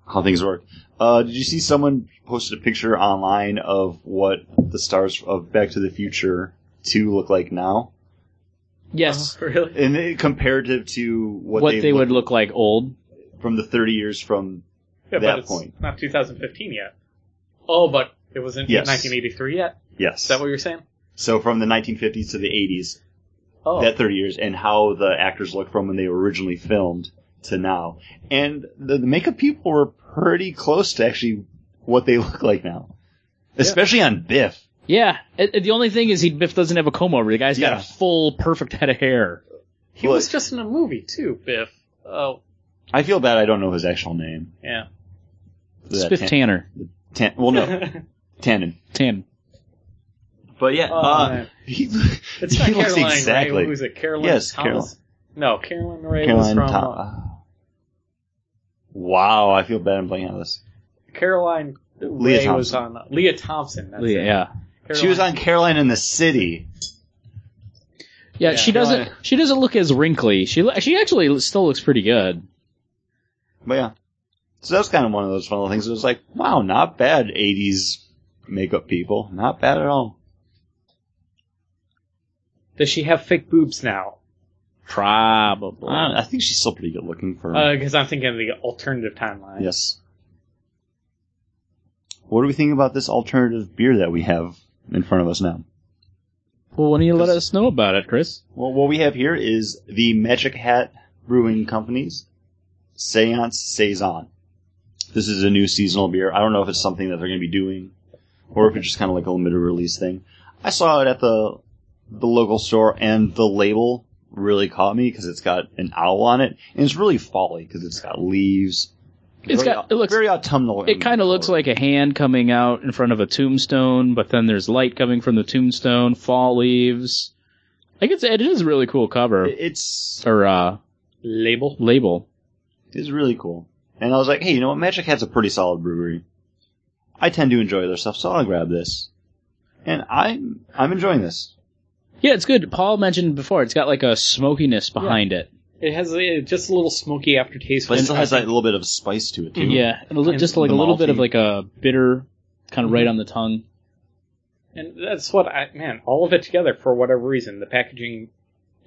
Speaker 3: how things work. Uh, did you see someone posted a picture online of what the stars of Back to the Future 2 look like now?
Speaker 5: Yes,
Speaker 2: Oh, really.
Speaker 3: And it, comparative to what,
Speaker 5: what, they, would look like old.
Speaker 3: from the 30 years from
Speaker 2: Yeah,
Speaker 3: that
Speaker 2: but it's
Speaker 3: point.
Speaker 2: not 2015 yet. Oh, but it wasn't
Speaker 3: Yes.
Speaker 2: 1983 yet.
Speaker 3: yes.
Speaker 2: Is that what you're saying?
Speaker 3: so from the 1950s to the 80s,
Speaker 2: Oh,
Speaker 3: that 30 years and how the actors look from when they were originally filmed to now. And the, the makeup people were pretty close to actually what they look like now. Especially on Biff.
Speaker 5: Yeah, it, it- the only thing is he Biff doesn't have a comb over. The guy's got
Speaker 3: Yeah.
Speaker 5: a full, perfect head of hair.
Speaker 2: he was just in a movie too, Biff. Oh,
Speaker 3: I feel bad I don't know his actual name.
Speaker 2: yeah.
Speaker 5: It's
Speaker 3: That
Speaker 5: Biff
Speaker 3: Tan-
Speaker 5: Tanner.
Speaker 3: Tan- well, no, Tannen.
Speaker 5: Tan.
Speaker 3: But yeah,
Speaker 2: Oh,
Speaker 3: uh,
Speaker 2: man.
Speaker 3: he,
Speaker 2: It's
Speaker 3: he
Speaker 2: not
Speaker 3: looks
Speaker 2: Caroline
Speaker 3: exactly
Speaker 2: Ray. Who's it? Caroline
Speaker 3: Yes,
Speaker 2: Thomas? No, Caroline Ray
Speaker 3: Caroline.
Speaker 2: was from
Speaker 3: Tom-
Speaker 2: uh,
Speaker 3: wow, I feel bad I'm blanking on this.
Speaker 2: Caroline
Speaker 3: Leah
Speaker 2: Ray was
Speaker 3: Thompson.
Speaker 2: on uh, Leah Thompson. That's
Speaker 5: Yeah,
Speaker 2: it.
Speaker 5: yeah,
Speaker 2: Caroline-
Speaker 3: She was on Caroline in the City.
Speaker 5: yeah.
Speaker 2: Yeah.
Speaker 5: She doesn't.
Speaker 3: Right.
Speaker 5: She doesn't look as wrinkly. She lo- she actually still looks pretty good.
Speaker 3: But yeah. So that's kind of one of those fun little things. It was like, wow, not bad 80s makeup people. Not bad at all.
Speaker 2: Does she have fake boobs now?
Speaker 5: Probably.
Speaker 3: I, don't know. I think she's still pretty good looking for
Speaker 2: Because Uh, I'm thinking of the alternative timeline.
Speaker 3: Yes. What do we think about this alternative beer that we have in front of us now?
Speaker 5: well, why don't you let us know about it, Chris?
Speaker 3: Well, what we have here is the Magic Hat Brewing Company's Seance Saison. This is a new seasonal beer. I don't know if it's something that they're going to be doing or if it's just kind of like a limited release thing. I saw it at the the local store and the label really caught me because it's got an owl on it, and it's really folly because it's got leaves.
Speaker 5: It's
Speaker 3: very,
Speaker 5: got- it looks-
Speaker 3: very autumnal.
Speaker 5: It kind of looks like a hand coming out in front of a tombstone, but then there's light coming from the tombstone, fall leaves. I guess it is a really cool cover
Speaker 3: it's
Speaker 5: or uh,
Speaker 2: Label.
Speaker 5: label.
Speaker 3: it's really cool. And I was like, hey, you know what? Magic Hat's a pretty solid brewery. I tend to enjoy their stuff, so I'll grab this. And I'm I'm enjoying this.
Speaker 5: Yeah, it's good. Paul mentioned before it's got like a smokiness behind it.
Speaker 2: It has a, just a little smoky aftertaste.
Speaker 3: But it
Speaker 2: when-
Speaker 3: still has that little bit of spice to it too.
Speaker 5: Yeah, and a li-
Speaker 2: And
Speaker 5: just like a
Speaker 3: the
Speaker 5: little bit of
Speaker 3: malty.
Speaker 5: like a bitter, kind of right on the tongue.
Speaker 2: And that's what I man, all of it together for whatever reason. The packaging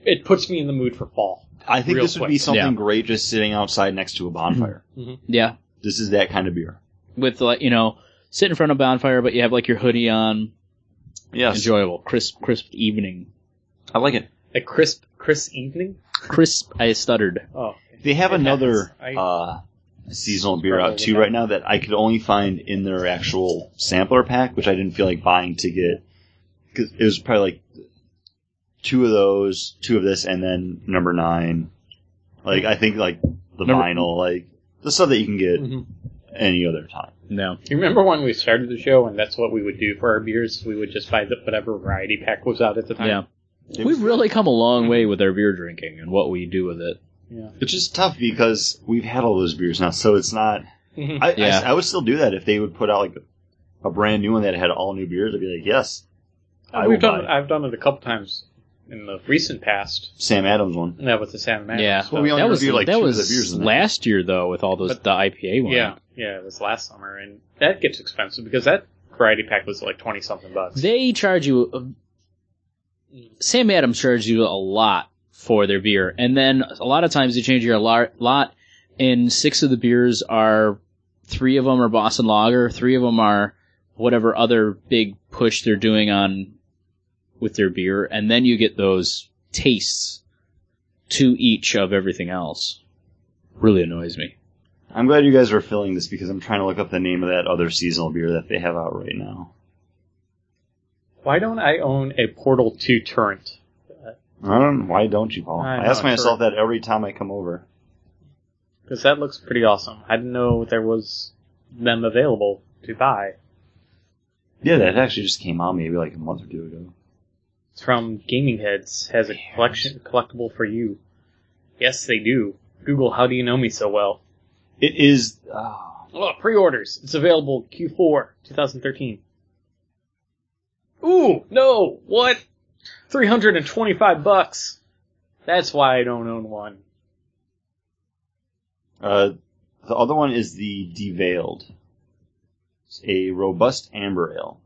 Speaker 2: it puts me in the mood for fall.
Speaker 3: Mm-hmm. I think
Speaker 2: Real
Speaker 3: this would
Speaker 2: quick.
Speaker 3: be something
Speaker 5: Yeah.
Speaker 3: great just sitting outside next to a bonfire.
Speaker 5: Yeah,
Speaker 3: this is that kind of beer.
Speaker 5: with like you know, sit in front of a bonfire, but you have like your hoodie on.
Speaker 3: Yes,
Speaker 5: Enjoyable, crisp, crisp evening.
Speaker 3: I like it.
Speaker 2: A crisp crisp evening?
Speaker 5: Crisp. I stuttered.
Speaker 2: Oh.
Speaker 3: They have
Speaker 2: It
Speaker 3: another
Speaker 2: happens. I-
Speaker 3: uh, seasonal beer
Speaker 2: Struggle
Speaker 3: out
Speaker 2: with
Speaker 3: too
Speaker 2: that.
Speaker 3: right now that I could only find in their actual sampler pack, which I didn't feel like buying to get because it was probably like two of those, two of this, and then number nine. Like I think like the
Speaker 5: Number-
Speaker 3: vinyl, like the stuff that you can get
Speaker 2: Mhm.
Speaker 3: any other time.
Speaker 5: No.
Speaker 2: You remember when we started the show and that's what we would do for our beers? We would just buy the, whatever variety pack was out at the time.
Speaker 5: Yeah. We've really come a
Speaker 3: Mm-hmm.
Speaker 5: long way with our beer drinking and what we do with it.
Speaker 3: It's just tough because we've had all those beers now, so it's not.
Speaker 2: Mhm.
Speaker 3: I,
Speaker 5: Yeah.
Speaker 3: I, I would still do that if they would put out like a brand new one that had all new beers. I'd be like, yes, I will
Speaker 2: We've done it.
Speaker 3: buy it.
Speaker 2: I've done it a couple times in the recent past.
Speaker 3: Sam Adams one.
Speaker 2: And that was the Sam Adams.
Speaker 5: Yeah.
Speaker 2: So-
Speaker 3: Well, we only
Speaker 5: that was
Speaker 3: reviewed, like,
Speaker 5: that
Speaker 3: two of
Speaker 5: was
Speaker 3: the beers in that.
Speaker 5: last year though with all those
Speaker 2: But-
Speaker 5: the IPA one.
Speaker 2: yeah. Yeah, it was last summer and that gets expensive because that variety pack was like twenty something bucks.
Speaker 5: They charge you. Uh, Sam Adams charges you a lot for their beer, and then a lot of times they change your lar- lot. And six of the beers are, three of them are Boston Lager, three of them are whatever other big push they're doing on with their beer, and then you get those tastes to each of everything else. Really annoys me.
Speaker 3: I'm glad you guys are filling this because I'm trying to look up the name of that other seasonal beer that they have out right now.
Speaker 2: Why don't I own a Portal Two Turret?
Speaker 3: I don't. Why don't you, Paul?
Speaker 2: I
Speaker 3: I,
Speaker 2: know,
Speaker 3: ask
Speaker 2: I'm
Speaker 3: myself that every time I come over.
Speaker 2: Because that looks pretty awesome. I didn't know there was them available to buy.
Speaker 3: Yeah, that actually just came out maybe like a month or two ago.
Speaker 2: It's from Gaming Heads. Has a collection collectible for you. Yes, they do. Google, how do you know me so well?
Speaker 3: It is. ah,
Speaker 2: Oh, pre-orders. It's available Q4 2013. Ooh, no, what? 325 bucks. That's why I don't own one.
Speaker 3: uh, the other one is the Deveiled. It's a robust amber ale.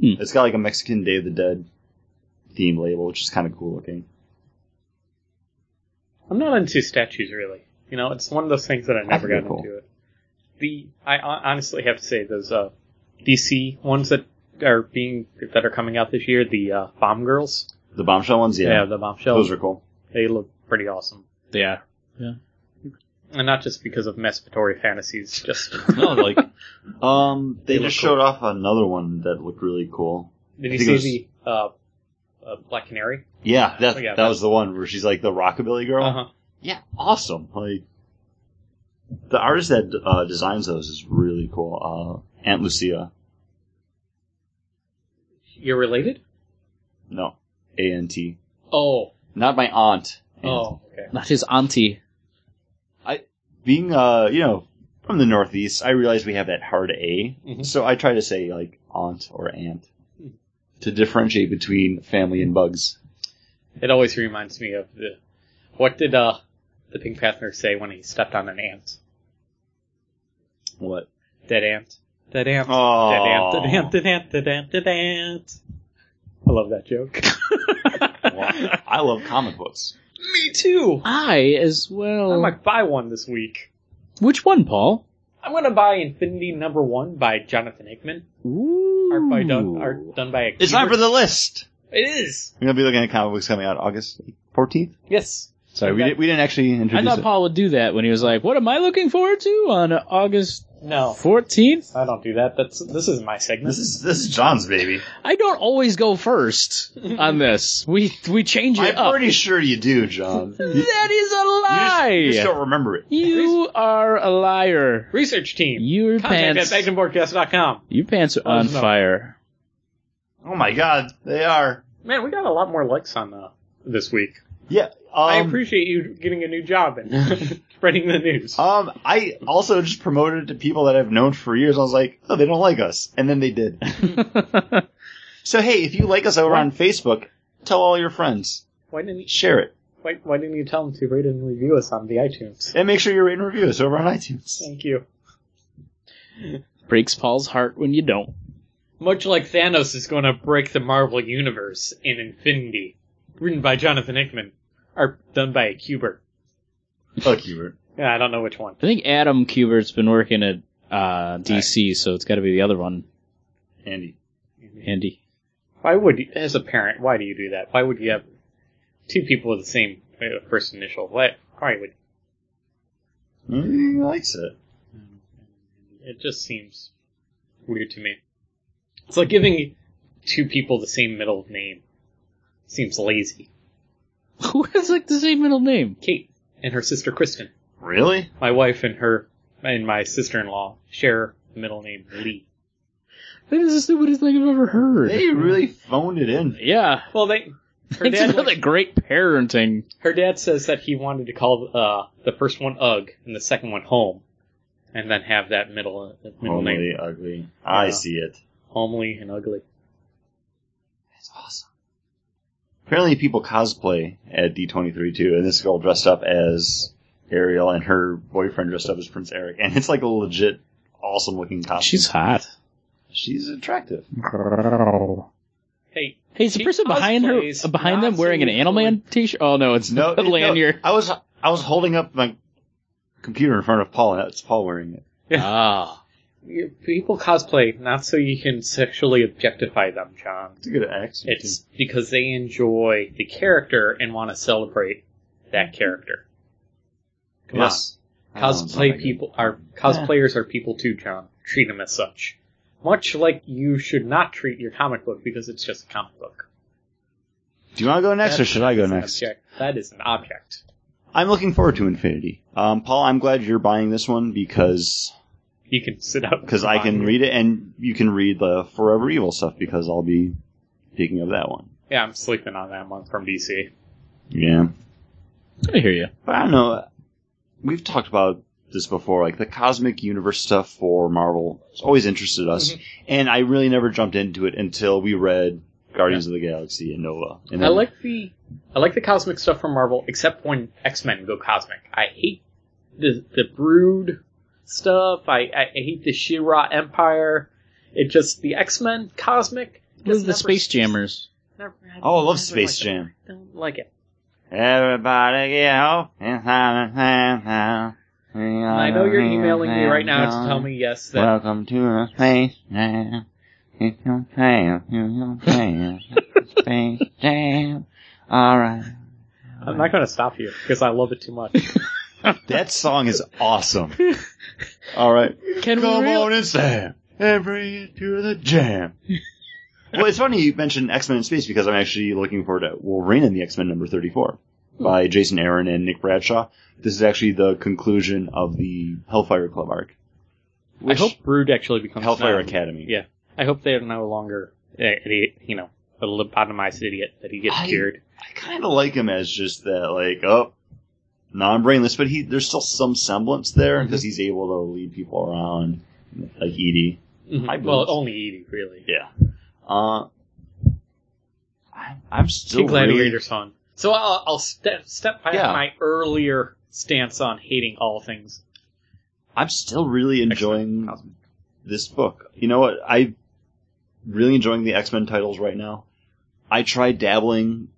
Speaker 5: Hmm.
Speaker 3: It's got like a Mexican Day of the Dead theme label, which is kind of cool looking.
Speaker 2: I'm not into statues really. You know, it's one of those things that I never
Speaker 3: think
Speaker 2: got
Speaker 3: they're cool.
Speaker 2: into it. The I hon- honestly have to say those uh, DC ones that are being that are coming out this year, the uh, Bomb Girls.
Speaker 3: The bombshell ones, yeah,
Speaker 2: Yeah, the bombshells.
Speaker 3: those are cool.
Speaker 2: They look pretty awesome,
Speaker 5: Yeah.
Speaker 2: and not just because of Masturbatory fantasies. Just
Speaker 3: No, like, um, they,
Speaker 2: They
Speaker 3: just
Speaker 2: look cool.
Speaker 3: showed off another one that looked really cool.
Speaker 2: did
Speaker 3: I
Speaker 2: you
Speaker 3: think it
Speaker 2: see
Speaker 3: was-
Speaker 2: the uh, uh, Black Canary?
Speaker 3: Yeah, that
Speaker 2: Oh, yeah,
Speaker 3: that Uh-huh.
Speaker 2: that-
Speaker 3: was the one where she's like the rockabilly girl.
Speaker 2: Uh huh.
Speaker 3: Yeah, awesome. Like the artist that uh, designs those is really cool. Uh, Aunt Lucia,
Speaker 2: You're related?
Speaker 3: no, A N T,
Speaker 2: Oh,
Speaker 3: not my aunt. Aunt.
Speaker 2: oh, okay.
Speaker 5: Not his auntie.
Speaker 3: being uh, you know, from the Northeast, I realize we have that hard A,
Speaker 2: Mhm.
Speaker 3: so I try to say like aunt or aunt to differentiate between family and bugs.
Speaker 2: It always reminds me of the what did uh the Pink Panther say when he stepped on an ant?
Speaker 3: What?
Speaker 2: Dead ant. Dead ant.
Speaker 3: Oh.
Speaker 2: Dead ant. Dead ant. Dead ant. Dead ant. Dead ant. I love that joke.
Speaker 3: Well, I love comic books.
Speaker 2: Me too.
Speaker 5: I as well.
Speaker 2: I might buy one this week.
Speaker 5: Which one, Paul?
Speaker 2: I'm gonna buy Infinity Number One by Jonathan Hickman.
Speaker 5: Ooh.
Speaker 2: Art by done, art done by a.
Speaker 3: It's time for the list.
Speaker 2: It is.
Speaker 3: We're gonna be looking at comic books coming out August 14th.
Speaker 2: Yes.
Speaker 3: Sorry, we, did, we didn't actually
Speaker 5: I
Speaker 3: introduce
Speaker 5: thought
Speaker 3: it.
Speaker 5: Paul would do that when he was like, "What am I looking forward to on August
Speaker 2: No,
Speaker 5: 14th?"
Speaker 2: I don't do that. That's this is my segment.
Speaker 3: this is this is John's baby.
Speaker 5: I don't always go first on this. We we change it
Speaker 3: I'm
Speaker 5: up.
Speaker 3: pretty sure you do, John. You, you
Speaker 5: that is a
Speaker 3: just, you just
Speaker 5: lie.
Speaker 3: don't remember it.
Speaker 5: You are a liar.
Speaker 2: Research team.
Speaker 5: Your
Speaker 2: Contact
Speaker 5: pants,
Speaker 2: at bagdenborgcast.com.
Speaker 5: your pants are on
Speaker 2: no.
Speaker 5: fire.
Speaker 3: Oh my God, they are.
Speaker 2: Man, we got a lot more likes on uh, this week.
Speaker 3: Yeah. Um,
Speaker 2: I appreciate you getting a new job and spreading the news.
Speaker 3: Um, I also just promoted to people that I've known for years. I was like, oh, they don't like us, and then they did. so hey, if you like us over on Facebook, tell all your friends,
Speaker 2: Why didn't you,
Speaker 3: share it,
Speaker 2: why, why didn't you tell them to rate and review us on the iTunes?
Speaker 3: and make sure you rate and review us over on iTunes.
Speaker 2: Thank you.
Speaker 5: Breaks Paul's heart when you don't.
Speaker 2: Much like Thanos is going to break the Marvel Universe in Infinity, written by Jonathan Hickman, or done by Kubert.
Speaker 3: Fuck you. Bert.
Speaker 2: Yeah, I don't know which one.
Speaker 5: I think Adam Kubert's been working at uh, DC, so it's got to be the other one,
Speaker 3: Andy.
Speaker 5: Andy.
Speaker 2: Why would you, as a parent, why do you do that? Why would you have two people with the same uh, first initial? Why, why would
Speaker 3: Mm, He likes it.
Speaker 2: It just seems weird to me. It's like giving two people the same middle name. Seems lazy.
Speaker 5: Who has like the same middle name?
Speaker 2: Kate and her sister Kristen.
Speaker 3: Really?
Speaker 2: My wife and her and my sister-in-law share the middle name Lee.
Speaker 5: That is the stupidest thing I've ever heard.
Speaker 3: They really phoned it in.
Speaker 5: yeah,
Speaker 2: Well, they her
Speaker 5: it's
Speaker 2: dad
Speaker 5: another great parenting.
Speaker 2: her dad says that he wanted to call uh, the first one Ugg and the second one Home, and then have that middle uh, middle name
Speaker 3: Homely, ugly. I
Speaker 2: Yeah.
Speaker 3: see it.
Speaker 2: Homely and Ugly.
Speaker 3: That's awesome. Apparently, people cosplay at D23 too, and this girl dressed up as Ariel and her boyfriend dressed up as Prince Eric, and it's like a legit awesome looking costume.
Speaker 5: She's hot.
Speaker 3: she's attractive.
Speaker 2: Hey,
Speaker 5: Hey, is the
Speaker 2: She
Speaker 5: person behind her
Speaker 2: cosplays
Speaker 5: uh, behind them
Speaker 2: Nazi
Speaker 5: wearing an Animal Man t-shirt? Oh no, it's
Speaker 3: No,
Speaker 5: not a
Speaker 3: no,
Speaker 5: lanyard.
Speaker 3: I was I was holding up my computer in front of Paul, and that's Paul wearing it.
Speaker 5: Ah,
Speaker 2: people cosplay not so you can sexually objectify them, John.
Speaker 3: It's a good accent.
Speaker 2: It's because they enjoy the character and want to celebrate that character.
Speaker 3: too.
Speaker 2: Come on.
Speaker 3: Oh,
Speaker 2: Cosplay people are cosplayers are people too, John. Treat them as such. Much like you should not treat your comic book because it's just a comic book.
Speaker 3: Do you want to go next, or
Speaker 2: That's-
Speaker 3: should I go
Speaker 2: that's an
Speaker 3: next?
Speaker 2: object. That is an object.
Speaker 3: I'm looking forward to Infinity. Um, Paul, I'm glad you're buying this one because
Speaker 2: You can sit up
Speaker 3: because I can read it, and you can read the Forever Evil stuff because I'll be picking up that one.
Speaker 2: Yeah, I'm sleeping on that one from DC.
Speaker 3: Yeah,
Speaker 5: I hear you.
Speaker 3: but I don't know. We've talked about this before, like the cosmic universe stuff for Marvel. It's always interested us,
Speaker 2: Mm-hmm.
Speaker 3: and I really never jumped into it until we read Guardians of the Galaxy and Nova. And
Speaker 2: I
Speaker 3: then-
Speaker 2: like the I like the cosmic stuff from Marvel, except when X Men go cosmic. I hate the the Brood stuff. I, I hate the She-Ra Empire. It just the X Men cosmic.
Speaker 5: Those
Speaker 2: just
Speaker 5: are the
Speaker 2: never-
Speaker 5: Space Jammers.
Speaker 2: never- I
Speaker 3: Oh, I
Speaker 2: never
Speaker 3: love Space
Speaker 2: liked it.
Speaker 3: Jam.
Speaker 2: Don't like it.
Speaker 3: Everybody get out and
Speaker 2: And I know you're emailing me right now to tell me yes that
Speaker 3: Welcome to the space jam. It's your jam. It's your jam. Space jam. All right.
Speaker 2: I'm not going to stop you because I love it too much.
Speaker 3: That song is awesome. All right.
Speaker 5: Can we? real-
Speaker 3: and slam. And bring it to the jam. well, it's funny you mentioned X Men in Space because I'm actually looking forward to Wolverine and the X Men number 34 by Jason Aaron and Nick Bradshaw. This is actually the conclusion of the Hellfire Club arc.
Speaker 2: I hope Brood actually becomes
Speaker 3: Hellfire
Speaker 2: known.
Speaker 3: Academy.
Speaker 2: Yeah, I hope they're no longer eh, the you know a lobotomized idiot that he gets
Speaker 3: I-
Speaker 2: cured.
Speaker 3: I kind of like him as just that, like, oh, non-brainless, but he there's still some semblance there because he's able to lead people around, like Edie.
Speaker 2: Mhm.
Speaker 3: I
Speaker 2: Well,
Speaker 3: believe-
Speaker 2: only Edie really.
Speaker 3: Yeah. Uh, I, I'm still
Speaker 2: King Gladiator
Speaker 3: really-
Speaker 2: song. So I'll, I'll step step back
Speaker 3: Yeah.
Speaker 2: my earlier stance on hating all things.
Speaker 3: I'm still really enjoying this book. You know what? I really enjoying the X Men titles right now. I tried dabbling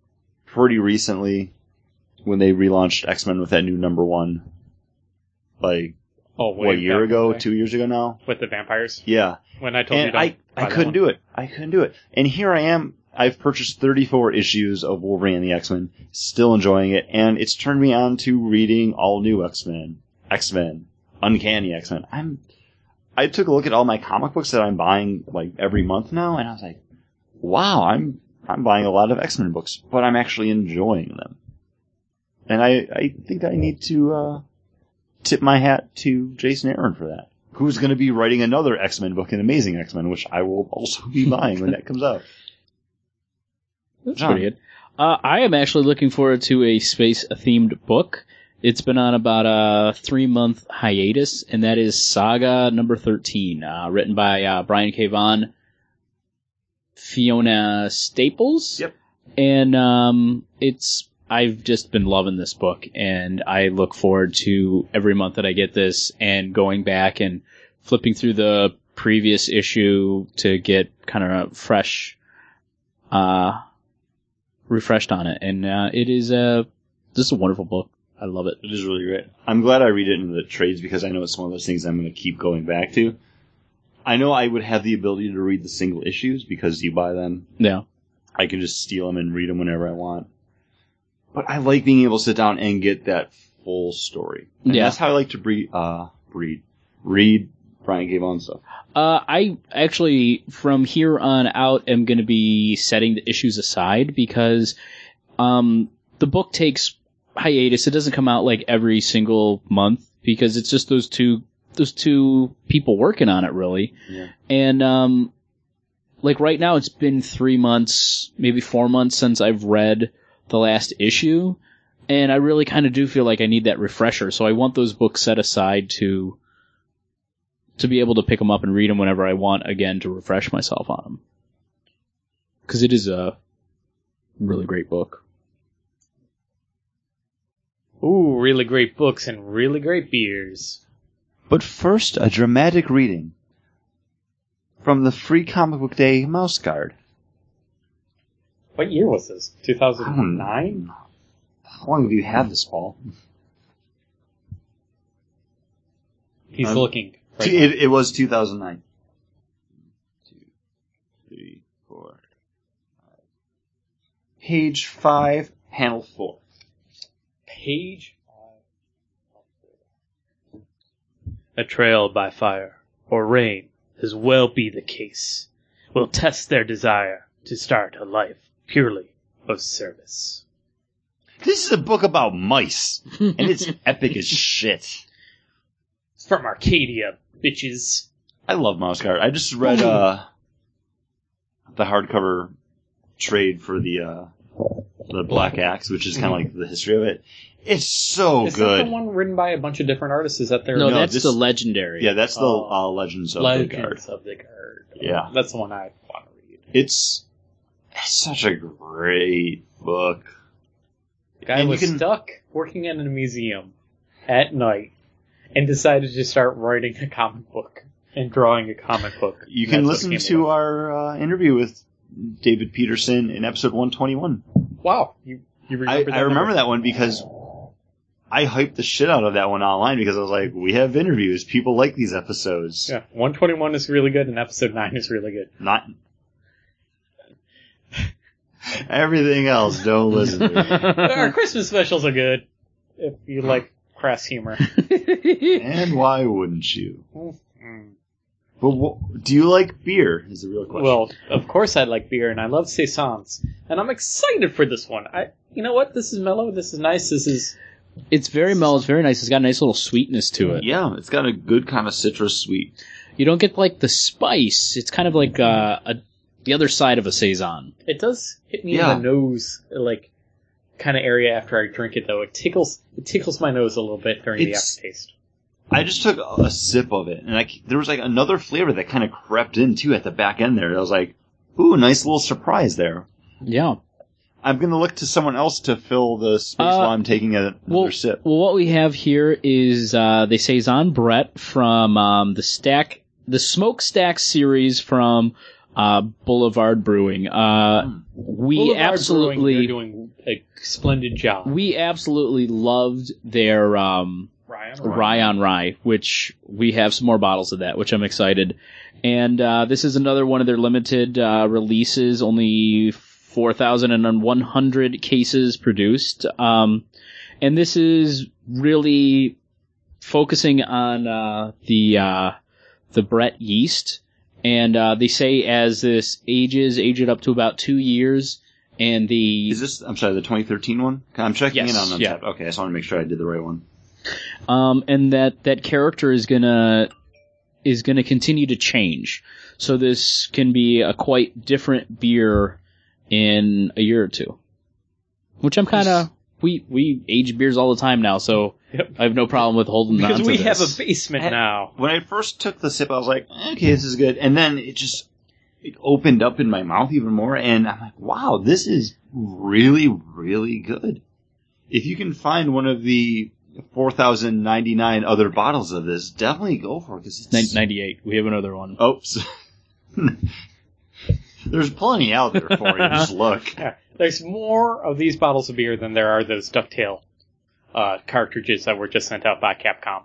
Speaker 3: pretty recently when they relaunched X Men with that new number one, like
Speaker 2: Oh,
Speaker 3: what a year ago, two years ago now.
Speaker 2: with the vampires
Speaker 3: Yeah,
Speaker 2: when I told you
Speaker 3: and I I couldn't do it. I couldn't do it. And here I am. I've purchased 34 issues of Wolverine and the X Men, still enjoying it, and it's turned me on to reading all new X Men, X Men, Uncanny X Men. I'm, I took a look at all my comic books that I'm buying like every month now, and I was like, wow, I'm, I'm buying a lot of X Men books, but I'm actually enjoying them. And I, I think I need to uh, tip my hat to Jason Aaron for that. Who's going to be writing another X Men book, an amazing X Men, which I will also be buying when that comes out.
Speaker 5: That's
Speaker 3: John.
Speaker 5: pretty good. Uh, I am actually looking forward to a space themed book. It's been on about a three month hiatus, and that is Saga number 13, uh, written by uh, Brian K. Vaughan, Fiona Staples.
Speaker 3: Yep.
Speaker 5: And um, it's I've just been loving this book, and I look forward to every month that I get this and going back and flipping through the previous issue to get kind of a fresh. Uh, refreshed on it, and uh, it is a this is a wonderful book. I love it.
Speaker 3: It is really great. I'm glad I read it in the trades because I know it's one of those things I'm going to keep going back to. I know I would have the ability to read the single issues because you buy them.
Speaker 5: Yeah,
Speaker 3: I can just steal them and read them whenever I want. But I like being able to sit down and get that full story. And
Speaker 5: Yeah.
Speaker 3: That's how I like to breed, uh, breed, read Brian K. Vaughan stuff.
Speaker 5: uh, I actually from here on out am going to be setting the issues aside because um, the book takes hiatus. It doesn't come out like every single month because it's just those two those two people working on it really.
Speaker 3: Yeah.
Speaker 5: And um, like right now, it's been three months, maybe four months since I've read the last issue, and I really kind of do feel like I need that refresher. So I want those books set aside to to be able to pick them up and read them whenever I want again to refresh myself on them. Because it is a really great book.
Speaker 2: Ooh, really great books and really great beers.
Speaker 3: But first, a dramatic reading from the free comic book day mouse guard.
Speaker 2: What year was this? 2009?
Speaker 3: Oh, How long have you had this, Paul?
Speaker 2: He's
Speaker 3: Um,
Speaker 2: looking. right
Speaker 3: T- it, it was 2009. Two, three, four, five. Page 5, panel 4.
Speaker 2: Page A trail by fire or rain, as well be the case, will test their desire to start a life purely of service.
Speaker 3: This is a book about mice, and it's epic as shit.
Speaker 2: From Arcadia, bitches.
Speaker 3: I love Mouse Guard. I just read uh, the hardcover trade for the uh, the Black Axe, which is kind of like the history of it. It's so
Speaker 2: Mm-hmm. Is
Speaker 3: Oh, good.
Speaker 2: that the one written by a bunch of different artists? Is that their
Speaker 5: No,
Speaker 3: No,
Speaker 5: that's
Speaker 3: this-
Speaker 5: the legendary.
Speaker 3: yeah, that's the
Speaker 2: Oh.
Speaker 3: uh, Legends of the Guard.
Speaker 2: Legends of the Guard?
Speaker 3: Yeah.
Speaker 2: That's the one I want to read.
Speaker 3: It's it's such a great book.
Speaker 2: The guy
Speaker 3: And you
Speaker 2: was
Speaker 3: can-
Speaker 2: stuck working in a museum at night and decided to start writing a comic book and drawing a comic book.
Speaker 3: You
Speaker 2: And
Speaker 3: can
Speaker 2: that's what
Speaker 3: listen
Speaker 2: it came
Speaker 3: to
Speaker 2: about.
Speaker 3: our uh, interview with David Peterson in episode 121.
Speaker 2: wow. You, you
Speaker 3: uh, I,
Speaker 2: remember
Speaker 3: I remember that one because I hyped the shit out of that one online because I was like, we have interviews. People like these episodes.
Speaker 2: Yeah, 121 is really good and episode 9 is really good.
Speaker 3: Not everything else. Don't listen. to it.
Speaker 2: our Christmas specials are good if you like crass humor.
Speaker 3: and why wouldn't you?
Speaker 2: Mm.
Speaker 3: But wh- do you like beer? Is the real question.
Speaker 2: Well, of course I like beer and I love saisons and I'm excited for this one. I you know what? This is mellow, this is nice. This is
Speaker 5: It's very mellow. It's very nice. It's got a nice little sweetness to it.
Speaker 3: yeah, it's got a good kind of citrus sweet.
Speaker 5: You don't get like the spice. It's kind of like uh, a, the other side of a saison.
Speaker 2: It does hit me
Speaker 3: Yeah.
Speaker 2: in the nose, like kind of area after I drink it though. It tickles it tickles my nose a little bit during
Speaker 3: It's-
Speaker 2: the aftertaste.
Speaker 3: I just took a sip of it, and I, there was like another flavor that kind of crept in too at the back end there. And I was like, "Ooh, nice little surprise there."
Speaker 5: Yeah.
Speaker 3: I'm gonna look to someone else to fill the space
Speaker 5: Uh,
Speaker 3: while I'm taking a, another
Speaker 5: Well,
Speaker 3: sip.
Speaker 5: well, what we have here is uh, the saison Brett from um, the stack, the smokestack series from uh, Boulevard Brewing. Uh, We
Speaker 2: Hmm. Boulevard
Speaker 5: absolutely.
Speaker 2: Brewing, you're doing a splendid job.
Speaker 5: we absolutely loved their um,
Speaker 2: Ryan,
Speaker 5: rye on rye, which we have some more bottles of that, which I'm excited. And uh, this is another one of their limited uh, releases, only 4,100 cases produced. Um, and this is really focusing on uh, the uh, the Brett yeast, and uh, they say as this ages, age it up to about two years, and the
Speaker 3: Is this? I'm sorry, the 2013 one. I'm checking
Speaker 5: Yes,
Speaker 3: in on
Speaker 5: yeah.
Speaker 3: Untapped. Okay, I just want to make sure I did the right one.
Speaker 5: um, and that that character is gonna is gonna continue to change. So this can be a quite different beer in a year or two, which I'm kind of we we age beers all the time now, so
Speaker 2: Yep.
Speaker 5: I have no problem with holding
Speaker 2: Because
Speaker 5: on to
Speaker 2: we
Speaker 5: this.
Speaker 2: have a basement
Speaker 3: I-
Speaker 2: now.
Speaker 3: When I first took the sip, I was like, okay, this is good, and then it just it opened up in my mouth even more, and I'm like, wow, this is really, really good. If you can find one of the 4,099 other bottles of this, definitely go for it because it's
Speaker 5: Nin- 98. We have another one.
Speaker 3: Oops. There's plenty out there for you. Just look.
Speaker 2: Yeah. There's more of these bottles of beer than there are those Ducktail uh, cartridges that were just sent out by Capcom.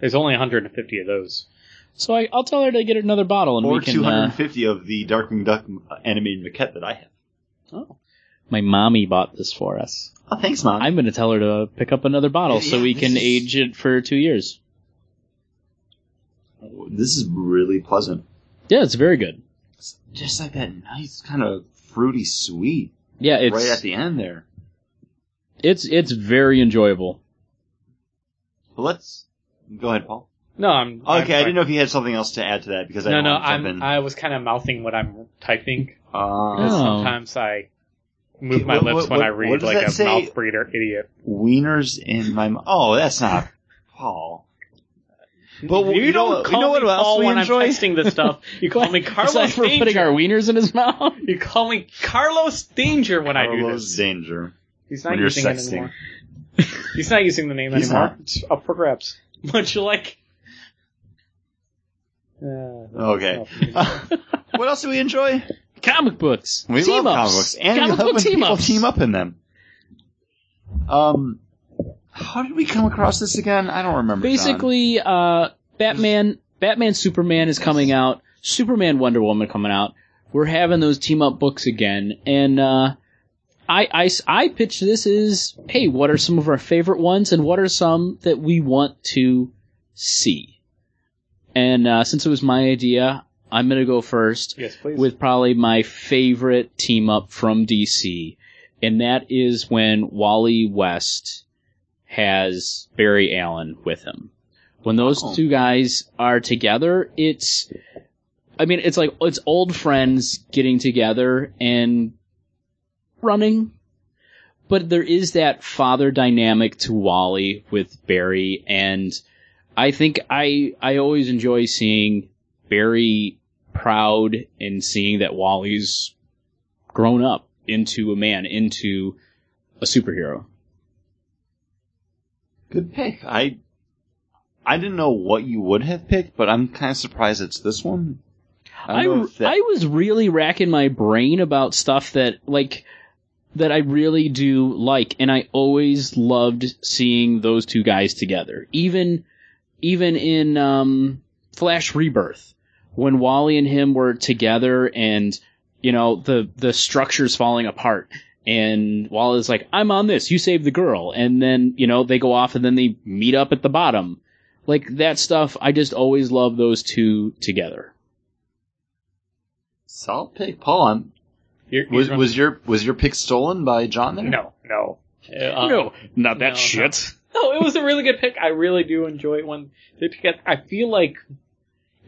Speaker 2: There's only 150 of those.
Speaker 5: So I, I'll tell her to get another bottle, and
Speaker 3: Or
Speaker 5: we can. Uh,
Speaker 3: 250 of the Darkwing Duck animated maquette that I have.
Speaker 5: my mommy bought this for us.
Speaker 3: Oh, thanks, Mom.
Speaker 5: I'm going to tell her to pick up another bottle
Speaker 3: Yeah,
Speaker 5: so we
Speaker 3: this
Speaker 5: can
Speaker 3: is-
Speaker 5: age it for two years.
Speaker 3: this is really pleasant.
Speaker 5: Yeah, it's very good.
Speaker 3: It's just like that nice kind of fruity sweet
Speaker 5: Yeah, it's
Speaker 3: right at the end there.
Speaker 5: it's it's very enjoyable.
Speaker 3: But let's go ahead, Paul.
Speaker 2: No, I'm.
Speaker 3: Okay,
Speaker 2: I'm
Speaker 3: I
Speaker 2: sorry.
Speaker 3: didn't know if you had something else to add to that because I
Speaker 2: No,
Speaker 3: don't
Speaker 2: no,
Speaker 3: want to jump
Speaker 2: I'm.
Speaker 3: in.
Speaker 2: I was kind of mouthing what I'm typing.
Speaker 3: Uh,
Speaker 2: because
Speaker 5: Oh.
Speaker 2: Sometimes I move
Speaker 3: Okay,
Speaker 2: my
Speaker 3: what-
Speaker 2: lips
Speaker 3: what-
Speaker 2: when I
Speaker 3: what- what
Speaker 2: read
Speaker 3: does
Speaker 2: like
Speaker 3: that
Speaker 2: a
Speaker 3: say?
Speaker 2: mouth breeder idiot.
Speaker 3: Wieners in my mouth. Oh, that's not Paul. But
Speaker 2: you,
Speaker 3: you know
Speaker 2: don't
Speaker 3: what- you
Speaker 2: call
Speaker 3: know
Speaker 2: me
Speaker 3: what else
Speaker 2: Paul
Speaker 3: we
Speaker 2: when
Speaker 3: enjoy?
Speaker 2: I'm testing this stuff. You call me
Speaker 5: It's like
Speaker 2: Carlos
Speaker 5: we're putting
Speaker 2: Danger.
Speaker 5: our wieners in his mouth.
Speaker 2: You call me Carlos Danger when I do
Speaker 3: Carlos
Speaker 2: this.
Speaker 3: danger.
Speaker 2: He's not
Speaker 3: when you're
Speaker 2: using it
Speaker 3: sexting.
Speaker 2: anymore. He's not using the name
Speaker 3: He's
Speaker 2: anymore.
Speaker 3: not.
Speaker 2: It's up for grabs. Much like. Uh,
Speaker 3: Okay.
Speaker 2: no.
Speaker 3: what else do we enjoy?
Speaker 5: Comic books,
Speaker 3: We
Speaker 5: team
Speaker 3: love
Speaker 5: ups,
Speaker 3: comic books, and
Speaker 5: comic
Speaker 3: we love
Speaker 5: book
Speaker 3: when
Speaker 5: team
Speaker 3: people
Speaker 5: ups.
Speaker 3: team up in them. Um, how did we come across this again? I don't remember. John.
Speaker 5: Basically, uh, Batman, Batman, Superman is coming out. Superman, Wonder Woman coming out. We're having those team up books again, and uh, I, I s- I pitch this as, hey, what are some of our favorite ones, and what are some that we want to see? And uh, since it was my idea, I'm gonna go first
Speaker 2: yes, please.
Speaker 5: with probably my favorite team up from DC, and that is when Wally West has Barry Allen with him. When those
Speaker 3: Oh.
Speaker 5: two guys are together, it's I mean, it's like it's old friends getting together and running. But there is that father dynamic to Wally with Barry and I think I I always enjoy seeing Barry proud in seeing that Wally's grown up into a man, into a superhero.
Speaker 3: good pick. I I didn't know what you would have picked, but I'm kind of surprised it's this one.
Speaker 5: I,
Speaker 3: don't know if that-
Speaker 5: I was really racking my brain about stuff that like that I really do like, and I always loved seeing those two guys together. Even even in um, Flash Rebirth, when Wally and him were together, and you know the the structure's falling apart. And Wally's like, I'm on this, you save the girl. And then, you know, they go off and then they meet up at the bottom. Like that stuff, I just always love those two together.
Speaker 3: solid pick, Paul. I'm,
Speaker 2: You're- you're
Speaker 3: was
Speaker 2: gonna-
Speaker 3: was your was your pick stolen by John? There?
Speaker 2: no, no, Uh,
Speaker 5: Oh, no, not
Speaker 2: that no, shit. No, it was a really good pick. I really do enjoy it when they pick up. I feel like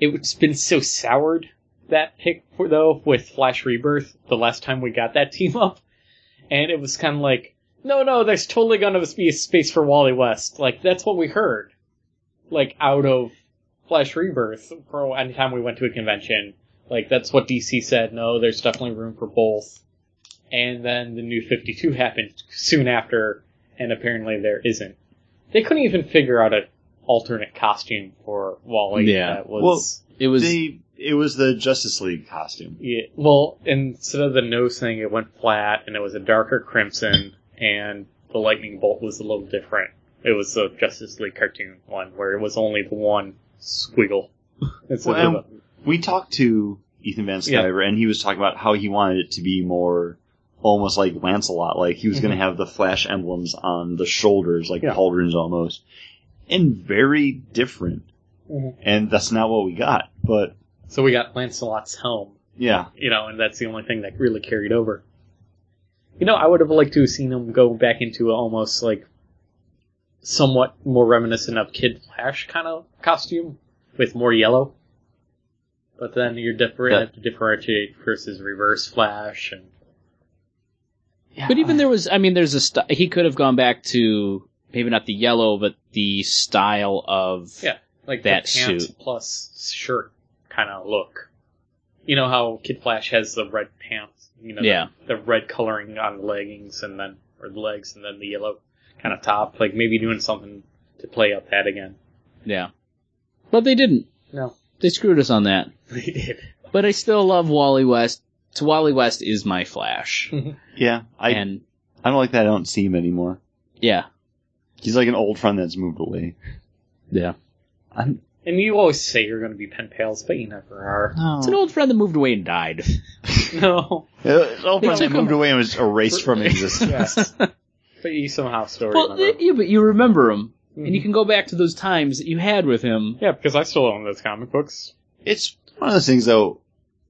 Speaker 2: it's been so soured that pick for, though with Flash Rebirth the last time we got that team up, and it was kind of like, no, no, there's totally going to be a space for Wally West. Like that's what we heard, like out of Flash Rebirth. For anytime we went to a convention, like that's what DC said. No, there's definitely room for both. And then the new 52 happened soon after, and apparently there isn't. They couldn't even figure out an alternate costume for Wally.
Speaker 5: Yeah.
Speaker 2: that was
Speaker 5: It was
Speaker 3: They, it was the Justice League costume.
Speaker 2: yeah, well, instead of the nose thing, it went flat, and it was a darker crimson, and the lightning bolt was a little different. It was the Justice League cartoon one where it was only the one squiggle. Instead
Speaker 3: Well,
Speaker 2: of the-
Speaker 3: We talked to Ethan Van Sciver, and he was talking about how he wanted it to be more almost like Lancelot, like he was going to have the flash emblems on the shoulders, like
Speaker 2: Yeah.
Speaker 3: pauldrons almost, and very different.
Speaker 2: Mhm.
Speaker 3: And that's not what we got. But
Speaker 2: So we got Lancelot's helm,
Speaker 3: yeah,
Speaker 2: you know, and that's the only thing that really carried over. You know, I would have liked to have seen him go back into a almost like somewhat more reminiscent of Kid Flash kind of costume with more yellow. But then you're different,
Speaker 3: Yeah.
Speaker 2: have to differentiate versus Reverse Flash and. Yeah.
Speaker 5: But even there was, I mean, there's a st- he could have gone back to maybe not the yellow, but the style of
Speaker 2: Yeah, like
Speaker 5: that
Speaker 2: that the pants
Speaker 5: suit.
Speaker 2: plus shirt kind of look. You know how Kid Flash has the red pants, you know, the-
Speaker 5: Yeah.
Speaker 2: the, red coloring on the leggings and then or the legs and then the yellow kind of top. Like maybe doing something to play up that again.
Speaker 5: yeah. But they didn't.
Speaker 2: No,
Speaker 5: They screwed us on that.
Speaker 2: they did.
Speaker 5: But I still love Wally West. So Wally West is my Flash,
Speaker 3: yeah, I
Speaker 5: and
Speaker 3: I don't like that. I don't see him anymore.
Speaker 5: yeah,
Speaker 3: He's like an old friend that's moved away.
Speaker 5: yeah.
Speaker 3: I'm,
Speaker 2: And you always say you're going to be pen pals, but you never are.
Speaker 5: It's an old friend that moved away and died.
Speaker 2: No,
Speaker 3: Uh, an old friend that
Speaker 5: took
Speaker 3: moved
Speaker 5: him-
Speaker 3: away and was erased from existence.
Speaker 2: yes, but you somehow still
Speaker 5: well,
Speaker 2: remember.
Speaker 5: yeah, but you remember him, and you
Speaker 2: Mhm.
Speaker 5: can go back to those times that you had with him.
Speaker 2: yeah, because I still own those comic books.
Speaker 3: It's one of those things though.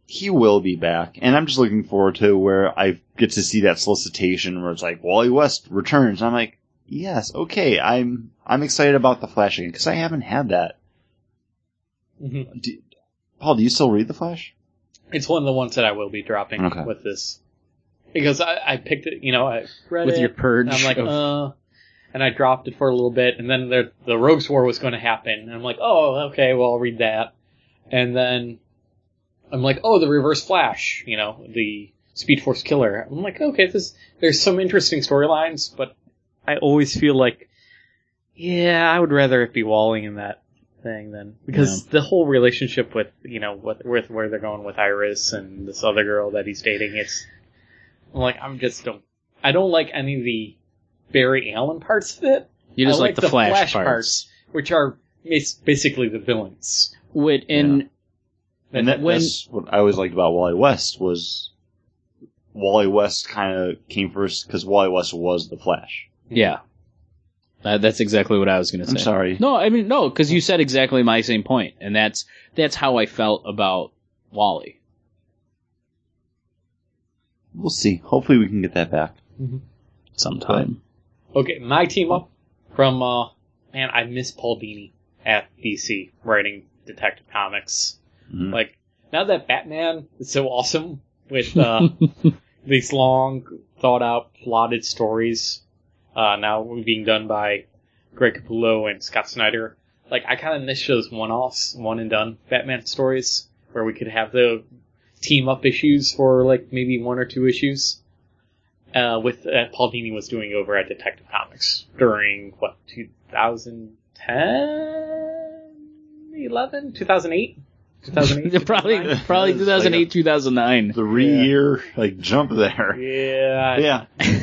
Speaker 3: He will be back, and I'm just looking forward to where I get to see that solicitation where it's like Wally West returns. And I'm like, yes, okay, I'm I'm excited about the Flash again because I haven't had that.
Speaker 2: hmm
Speaker 3: Do, Paul, do you still read the Flash?
Speaker 2: It's one of the ones that I will be dropping
Speaker 3: Okay.
Speaker 2: with this. Because I, I picked it, you know, I read
Speaker 5: With
Speaker 2: it,
Speaker 5: your purge,
Speaker 2: and I'm like,
Speaker 5: of-
Speaker 2: uh, and I dropped it for a little bit, and then the the Rogues War was going to happen, and I'm like, oh, okay, well, I'll read that, and then I'm like, oh, the Reverse Flash, you know, the Speed Force Killer. I'm like, okay, this there's some interesting storylines, but I always feel like, yeah, I would rather it be Wally in that thing than because the whole relationship with you know what with where they're going with Iris and this other girl that he's dating, it's I'm like I'm just don't I don't like any of the Barry Allen parts of it,
Speaker 5: you just
Speaker 2: I
Speaker 5: like,
Speaker 2: like
Speaker 5: the,
Speaker 2: the
Speaker 5: Flash,
Speaker 2: Flash
Speaker 5: parts.
Speaker 2: parts. which are mis- basically the villains.
Speaker 5: Wait, and
Speaker 3: And that,
Speaker 5: When-
Speaker 3: that's what I always liked about Wally West was Wally West kind of came first because Wally West was the Flash.
Speaker 5: yeah, Uh, that's exactly what I was going to say.
Speaker 3: I'm sorry.
Speaker 5: No, I mean no, because you said exactly my same point, and that's that's how I felt about Wally.
Speaker 3: We'll see. Hopefully, we can get that back.
Speaker 5: Sometime
Speaker 2: Okay, my team up from uh man, I miss Paul Dini at DC writing Detective Comics.
Speaker 5: Mm-hmm.
Speaker 3: Mhm.
Speaker 2: Like now that Batman is so awesome with uh these long thought out plotted stories uh now being done by Greg Capullo and Scott Snyder. Like I kinda miss those one offs, one and done Batman stories where we could have the team up issues for like maybe one or two issues uh, with uh, Paul Dini was doing over at Detective Comics during what 2010, 11, 2008, 2008,
Speaker 5: probably
Speaker 2: 2009?
Speaker 5: probably
Speaker 3: That
Speaker 5: two
Speaker 3: is like
Speaker 5: thousand
Speaker 3: a-
Speaker 5: eight, two thousand nine.
Speaker 3: Three year like jump there.
Speaker 2: Yeah,
Speaker 3: Yeah.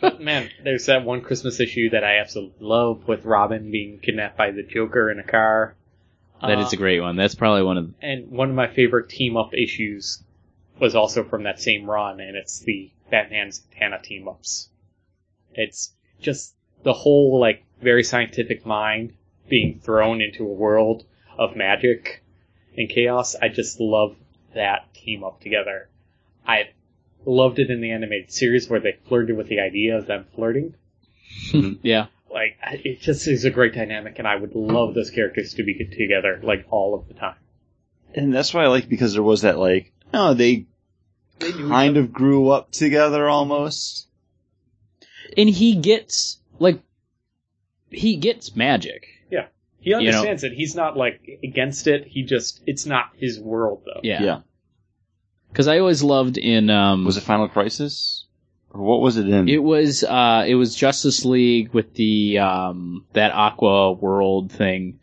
Speaker 2: But man, there's that one Christmas issue that I absolutely love with Robin being kidnapped by the Joker in a car.
Speaker 5: That
Speaker 2: Uh,
Speaker 5: is a great one. That's probably one of the,
Speaker 2: and one of my favorite team up issues was also from that same run, and it's the Batman Tana team ups. It's just the whole like very scientific mind being thrown into a world of magic and chaos. I just love that team up together. I loved it in the animated series where they flirted with the idea of them flirting.
Speaker 5: yeah.
Speaker 2: Like I- it just is a great dynamic, and I would love those characters to be together like all of the time.
Speaker 3: And that's why I like because there was that like no, they kind of grew up together almost.
Speaker 5: And he gets like he gets magic.
Speaker 2: He
Speaker 5: know?
Speaker 2: understands it. He's not like against it. He just it's not his world though.
Speaker 5: Yeah. Because I always loved in um
Speaker 3: Was it Final Crisis? Or what was it in?
Speaker 5: It was uh, it was Justice League with the um, that Aqua World thing,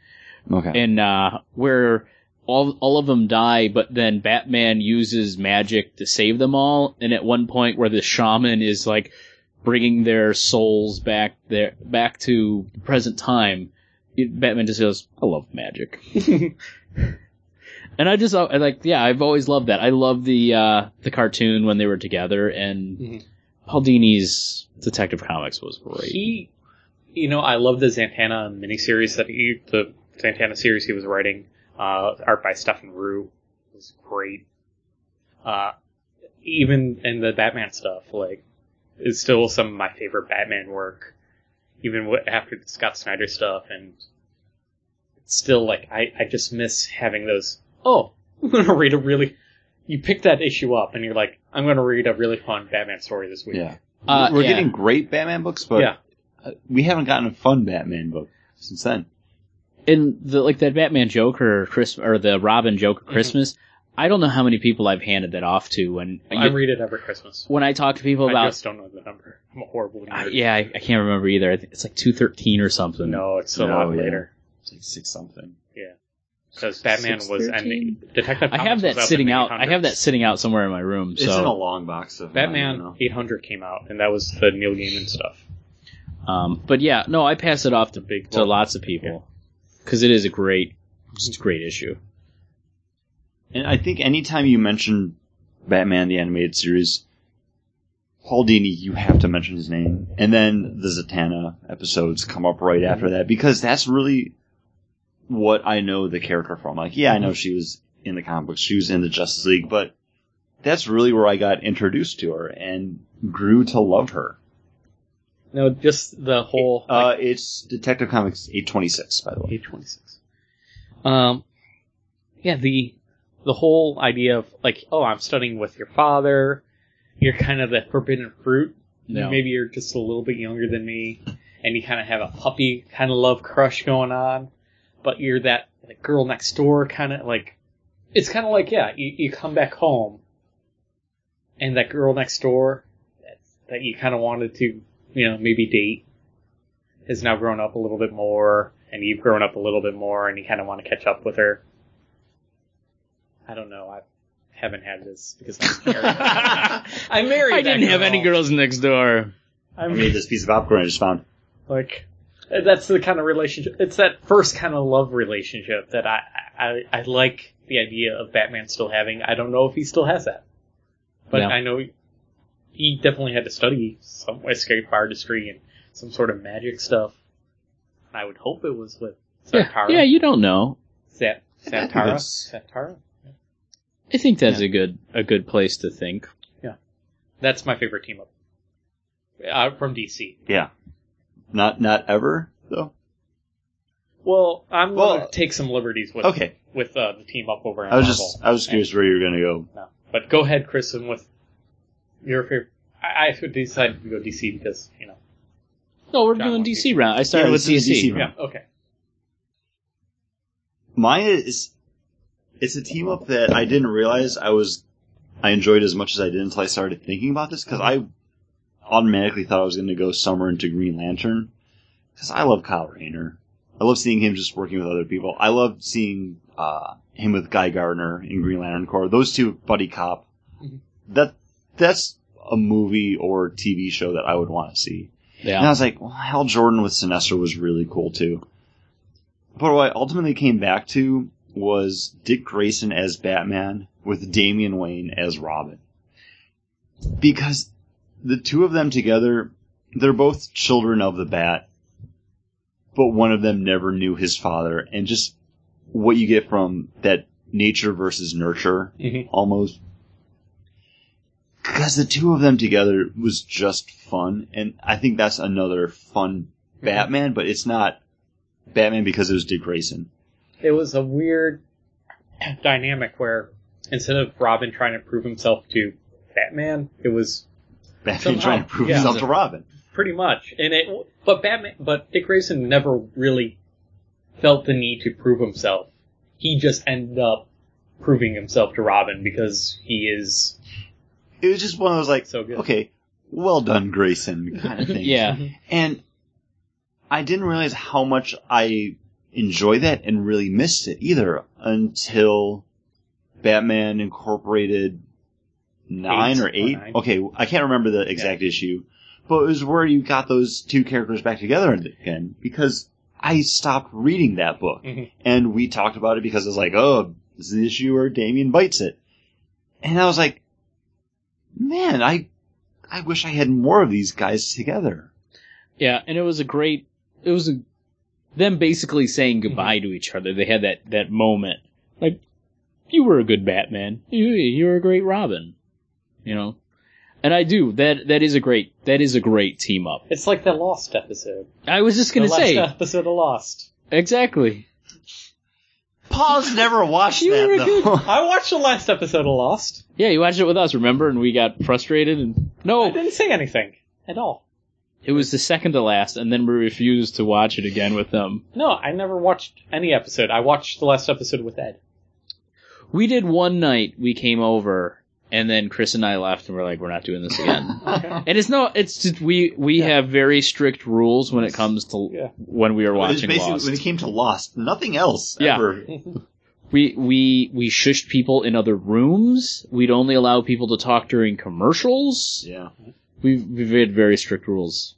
Speaker 3: okay.
Speaker 5: and uh, where all all of them die, but then Batman uses magic to save them all. And at one point, where the shaman is like bringing their souls back there back to the present time, it- Batman just goes, "I love magic." And I
Speaker 3: Mm-hmm.
Speaker 5: just I like yeah I've always loved that I love the uh, the cartoon when they were together and
Speaker 2: Mhm.
Speaker 5: Haldini's Detective Comics was great.
Speaker 2: He, you know, I love the Zantana miniseries that he, the Zantana series he was writing. Uh, art by Stefan Rue was great. Uh, even in the Batman stuff, like, is still some of my favorite Batman work. Even wh- after the Scott Snyder stuff, and it's still like I, I just miss having those. Oh, I'm gonna read a really. You pick that issue up, and you're like, I'm gonna read a really fun Batman story this week.
Speaker 3: Yeah.
Speaker 5: Uh,
Speaker 3: We're
Speaker 5: yeah.
Speaker 3: getting great Batman books, but
Speaker 2: yeah.
Speaker 3: uh, we haven't gotten a fun Batman book since then.
Speaker 5: in the like that Batman Joker Chris or the Robin Joker
Speaker 2: Mm-hmm.
Speaker 5: Christmas. I don't know how many people I've handed that off to when
Speaker 2: I read it every Christmas.
Speaker 5: when I talk to people
Speaker 2: I
Speaker 5: about.
Speaker 2: just don't know the number. I'm a horrible
Speaker 5: I-
Speaker 2: nerd.
Speaker 5: yeah, I, I can't remember either. I think It's like two thirteen or something.
Speaker 2: No, it's a
Speaker 3: No,
Speaker 2: lot
Speaker 3: yeah.
Speaker 2: later.
Speaker 3: It's like six something.
Speaker 2: Because Batman was ending. Detective
Speaker 5: I
Speaker 2: Comics
Speaker 5: have
Speaker 2: was
Speaker 5: that
Speaker 2: out in
Speaker 5: sitting
Speaker 2: the
Speaker 5: out. I have that
Speaker 2: 800s.
Speaker 5: sitting out somewhere in my room.
Speaker 3: It's in a
Speaker 5: So,
Speaker 3: long box of I don't
Speaker 2: Batman
Speaker 3: know.
Speaker 2: 800 came out, and that was the Neil Gaiman stuff.
Speaker 5: um, but yeah, no, I pass it off to
Speaker 2: big
Speaker 5: to
Speaker 2: book.
Speaker 5: lots of people because it is a great, just a great issue.
Speaker 3: And I think anytime you mention Batman the animated series, Paul Dini, you have to mention his name. And then the Zatanna episodes come up right after that because that's really what I know the character from. Like, yeah, I know she was in the comic books, she was in the Justice League, but that's really where I got introduced to her and grew to love her.
Speaker 2: No, just the whole
Speaker 3: Uh, it's Detective Comics 826, by the way.
Speaker 2: 826. Um, yeah, the the whole idea of like, oh, I'm studying with your father. You're kind of the forbidden fruit.
Speaker 5: No.
Speaker 2: Maybe you're just a little bit younger than me, and you kind of have a puppy kind of love crush going on. But you're that like, girl next door kind of like. It's kind of like yeah, you, you come back home, and that girl next door that, that you kind of wanted to, you know, maybe date has now grown up a little bit more, and you've grown up a little bit more, and you kind of want to catch up with her. I don't know. I haven't had this because I'm married. I married.
Speaker 5: I
Speaker 2: that
Speaker 5: didn't have
Speaker 2: girl.
Speaker 5: any girls next door.
Speaker 3: I
Speaker 2: I'm
Speaker 3: made this piece of popcorn I just found.
Speaker 2: like that's the kind of relationship. It's that first kind of love relationship that I I, I like the idea of Batman still having. I don't know if he still has that, but
Speaker 5: No.
Speaker 2: I know he, he definitely had to study some escape artistry and some sort of magic stuff. I would hope it was with
Speaker 5: Yeah,
Speaker 2: Satara.
Speaker 5: yeah, you don't know.
Speaker 2: Sat-
Speaker 3: that'd be
Speaker 2: Satara.
Speaker 3: good.
Speaker 2: Satara.
Speaker 5: I think that's a good a good place to think.
Speaker 2: That's my favorite team up uh, from DC.
Speaker 3: Yeah. Not, not ever, though?
Speaker 2: Well, I'm
Speaker 3: Well-
Speaker 2: gonna take some liberties with
Speaker 3: Okay.
Speaker 2: with uh, the team up over. in
Speaker 3: I was
Speaker 2: Marvel.
Speaker 3: just I was curious where you were gonna go.
Speaker 2: No. But go ahead, Chris, and with your favorite. I, I decided to go DC because, you know.
Speaker 5: No, we're
Speaker 2: John
Speaker 5: doing
Speaker 2: wants
Speaker 5: DC round. I started
Speaker 3: Yeah,
Speaker 5: with
Speaker 3: this is a
Speaker 5: DC.
Speaker 3: DC
Speaker 2: Yeah, okay.
Speaker 3: Mine is it's a team up that I didn't realize I was I enjoyed as much as I did until I started thinking about this because I automatically thought I was gonna go somewhere into Green Lantern because I love Kyle Rayner. I love seeing him just working with other people. I love seeing uh, him with Guy Gardner in Green Lantern Corps. Those two, buddy cop.
Speaker 2: Mhm.
Speaker 3: That that's a movie or TV show that I would want to see. And I
Speaker 5: Yeah.
Speaker 3: was like, well, Hal Jordan with Sinestro was really cool too. But what I ultimately came back to was Dick Grayson as Batman with Damian Wayne as Robin. Because the two of them together, they're both children of the bat, but one of them never knew his father. And just what you get from that nature versus nurture
Speaker 2: Mhm.
Speaker 3: almost. Because the two of them together was just fun. And I think that's another fun
Speaker 2: Mm-hmm.
Speaker 3: Batman, but it's not Batman because it was Dick Grayson.
Speaker 2: It was a weird dynamic where instead of Robin trying to prove himself to Batman, it was
Speaker 3: Batman
Speaker 2: Somehow,
Speaker 3: trying to prove
Speaker 2: yeah.
Speaker 3: himself to Robin.
Speaker 2: pretty much. And it, but Batman, but Dick Grayson never really felt the need to prove himself. He just ended up proving himself to Robin because he is
Speaker 3: It was just one of those like,
Speaker 2: So good.
Speaker 3: okay, well done, Grayson kind of thing.
Speaker 5: Yeah.
Speaker 3: And I didn't realize how much I enjoy that and really missed it either until Batman Incorporated nine
Speaker 2: Eight
Speaker 3: or
Speaker 2: or
Speaker 3: eight.
Speaker 2: nine.
Speaker 3: Okay, I can't remember the exact issue, but it was where you got those two characters back together again because I stopped reading that book
Speaker 2: Mhm.
Speaker 3: and we talked about it because it was like, oh, this is the issue where Damien bites it, and I was like, man, I I wish I had more of these guys together.
Speaker 5: Yeah, and it was a great. It was a, them basically
Speaker 2: Mm-hmm.
Speaker 5: saying goodbye to each other. They had that that moment. Like, you were a good Batman. You you were a great Robin. You know, and I do that. That is a great. That is a great team up.
Speaker 2: It's like the Lost episode.
Speaker 5: I was just
Speaker 2: The
Speaker 5: gonna
Speaker 2: last
Speaker 5: say
Speaker 2: episode of Lost.
Speaker 5: exactly.
Speaker 3: Paul's never watched
Speaker 5: You were
Speaker 3: that
Speaker 5: good.
Speaker 3: though.
Speaker 2: I watched the last episode of Lost.
Speaker 5: Yeah, you watched it with us, remember? And we got frustrated. And
Speaker 2: I
Speaker 5: no,
Speaker 2: didn't say anything at all.
Speaker 5: it was the second to last, and then we refused to watch it again with them.
Speaker 2: No, I never watched any episode. I watched the last episode with Ed.
Speaker 5: We did one night. We came over, and then Chris and I left, and we're like, we're not doing this again. And it's no, it's just we we have very strict rules when it comes to
Speaker 2: Yeah.
Speaker 5: when we are
Speaker 3: It was
Speaker 5: watching
Speaker 3: basically
Speaker 5: Lost.
Speaker 3: when it came to Lost, nothing else
Speaker 5: Yeah.
Speaker 3: ever.
Speaker 5: We we we shushed people in other rooms. We'd only allow people to talk during commercials.
Speaker 3: Yeah.
Speaker 5: We've we've had very strict rules.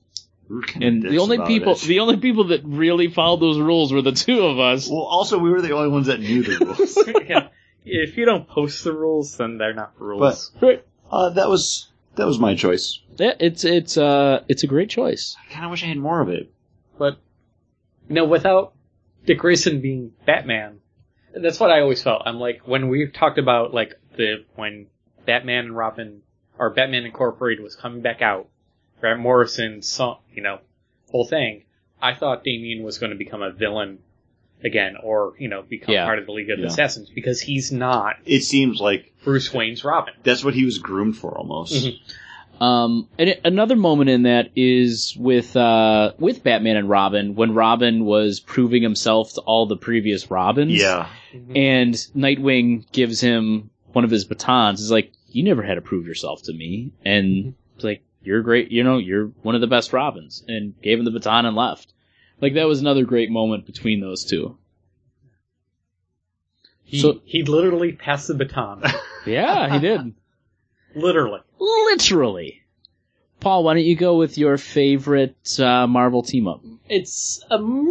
Speaker 3: We were kinda
Speaker 5: And the
Speaker 3: dicks
Speaker 5: only
Speaker 3: about
Speaker 5: people
Speaker 3: it.
Speaker 5: the only people that really followed those rules were the two of us.
Speaker 3: well, also we were the only ones that knew the rules.
Speaker 2: yeah. If you don't post the rules, then they're not
Speaker 3: but
Speaker 2: rules.
Speaker 5: Right.
Speaker 3: uh, that was that was my choice.
Speaker 5: Yeah, it's it's uh it's a great choice.
Speaker 3: I kind of wish I had more of it.
Speaker 2: But, you know, without Dick Grayson being Batman, that's what I always felt. I'm like, when we've talked about, like, the, when Batman and Robin, or Batman Incorporated was coming back out, Grant Morrison's song, you know, whole thing, I thought Damien was going to become a villain again, or, you know, become
Speaker 5: Yeah.
Speaker 2: part of the League of
Speaker 3: Yeah.
Speaker 2: Assassins, because he's not
Speaker 3: It seems like
Speaker 2: Bruce Wayne's Robin.
Speaker 3: that's what he was groomed for almost.
Speaker 2: Mhm.
Speaker 5: Mm-hmm. Um, and it- another moment in that is with uh, with Batman and Robin when Robin was proving himself to all the previous Robins.
Speaker 3: Yeah.
Speaker 5: And Nightwing gives him one of his batons. He's like, "You never had to prove yourself to me," and it's like, "You're great. You know, you're one of the best Robins." And gave him the baton and left. Like that was another great moment between those two.
Speaker 2: He,
Speaker 5: So-
Speaker 2: he literally passed the baton.
Speaker 5: Yeah, he did.
Speaker 2: literally.
Speaker 5: Literally. Paul, why don't you go with your favorite uh, Marvel team up?
Speaker 2: it's um,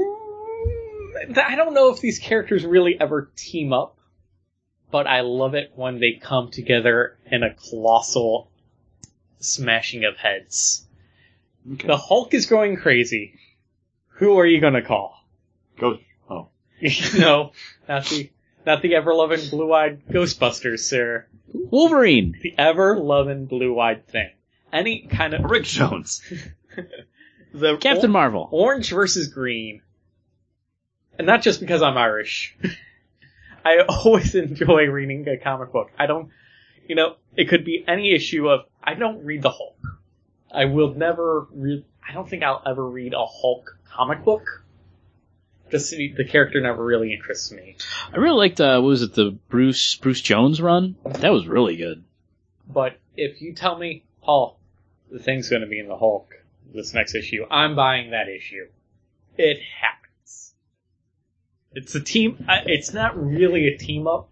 Speaker 2: I don't know if these characters really ever team up, but I love it when they come together in a colossal smashing of heads.
Speaker 3: Okay.
Speaker 2: The Hulk is going crazy. Who are you gonna call?
Speaker 3: Go. Oh.
Speaker 2: no, not the not the ever loving blue eyed Ghostbusters, sir.
Speaker 5: Wolverine.
Speaker 2: The ever loving blue eyed thing. Any kind of
Speaker 3: Rick Jones.
Speaker 2: the
Speaker 5: Captain Marvel.
Speaker 2: orange versus green. And not just because I'm Irish. I always enjoy reading a comic book. I don't, you know, it could be any issue of, I don't read the Hulk. I will never read, I don't think I'll ever read a Hulk comic book. Just the the character never really interests me.
Speaker 5: I really liked uh, what was it the Bruce Bruce Jones run? That was really good.
Speaker 2: But if you tell me, Paul, the thing's going to be in the Hulk this next issue, I'm buying that issue. It happens. It's a team. I- It's not really a team up,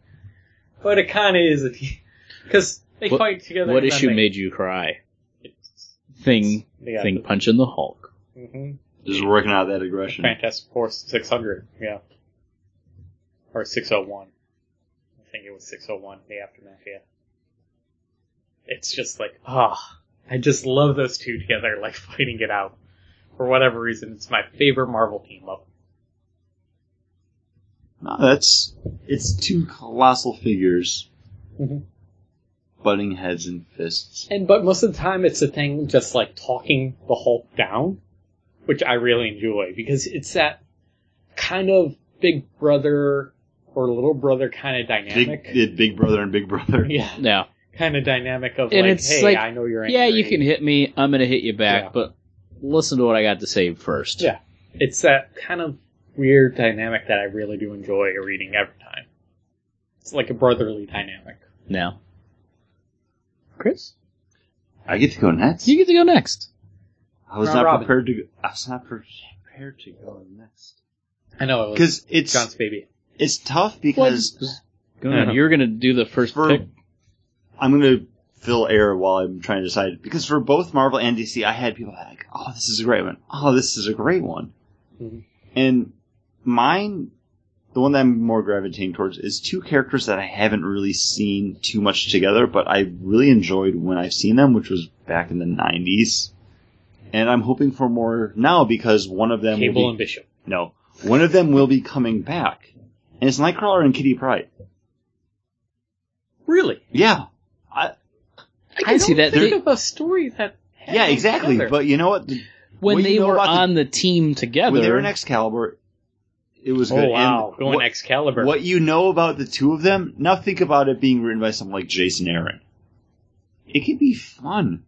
Speaker 2: but it kind of is a team because they
Speaker 5: What-
Speaker 2: fight together.
Speaker 5: What
Speaker 2: and then
Speaker 5: issue
Speaker 2: they-
Speaker 5: made you cry? Thing
Speaker 2: Yeah.
Speaker 5: thing punching the Hulk.
Speaker 2: Mhm.
Speaker 3: Just working out that
Speaker 2: Hmm.
Speaker 3: aggression.
Speaker 2: Fantastic Four six hundred? Yeah, or six oh one. I think it was six oh one. The aftermath. Yeah. It's just like ah, I just love those two together, like fighting it out. For whatever reason, it's my favorite Marvel team up.
Speaker 3: No, that's it's two colossal figures
Speaker 5: Mm-hmm.
Speaker 2: Mhm.
Speaker 3: butting heads and fists.
Speaker 2: And but most of the time, it's a thing just like talking the Hulk down, which I really enjoy because it's that kind of big brother or little brother kind of
Speaker 3: Big,
Speaker 2: dynamic.
Speaker 3: did Big Brother and Big Brother.
Speaker 2: yeah.
Speaker 5: Yeah.
Speaker 2: kind of dynamic of
Speaker 5: And
Speaker 2: like,
Speaker 5: it's
Speaker 2: hey,
Speaker 5: like,
Speaker 2: I know you're angry.
Speaker 5: Yeah, you can hit me. I'm gonna hit you back,
Speaker 2: Yeah.
Speaker 5: but listen to what I got to say first.
Speaker 2: Yeah. It's that kind of weird dynamic that I really do enjoy reading every time. It's like a brotherly dynamic.
Speaker 5: Now. Chris?
Speaker 3: I get to go next.
Speaker 5: You get to go next.
Speaker 3: I was
Speaker 2: Round
Speaker 3: not
Speaker 2: Robin.
Speaker 3: prepared to. Go, I was not pre- prepared to go next
Speaker 2: I know it was
Speaker 3: because it's
Speaker 2: John's baby.
Speaker 3: it's tough because
Speaker 5: Go on. You're gonna do the first
Speaker 3: for
Speaker 5: pick.
Speaker 3: I'm gonna fill air while I'm trying to decide because for both Marvel and DC, I had people like, "Oh,
Speaker 2: Mm-hmm.
Speaker 3: this is a great one. Oh, this is a great one,"
Speaker 2: Mhm.
Speaker 3: and mine the one that I'm more gravitating towards is two characters that I haven't really seen too much together, but I really enjoyed when I've seen them, which was back in the '90s. And I'm hoping for more now because one of them will
Speaker 2: Cable
Speaker 3: be-
Speaker 2: and Bishop.
Speaker 3: no, one of them will be coming back, and it's Nightcrawler and Kitty Pryde.
Speaker 2: Really?
Speaker 3: Yeah, I,
Speaker 5: I can see that.
Speaker 2: don't think
Speaker 5: They-
Speaker 2: of a story that. had
Speaker 3: yeah,
Speaker 2: them
Speaker 3: exactly.
Speaker 2: together.
Speaker 3: But you know what? The-
Speaker 5: when
Speaker 3: what you
Speaker 5: they
Speaker 3: know
Speaker 5: were
Speaker 3: about the-
Speaker 5: on the team together,
Speaker 3: when they were in Excalibur, it was good.
Speaker 2: oh wow,
Speaker 3: And
Speaker 2: going
Speaker 3: what,
Speaker 2: Excalibur.
Speaker 3: what you know about the two of them, now think about it being written by someone like Jason Aaron. It could be fun.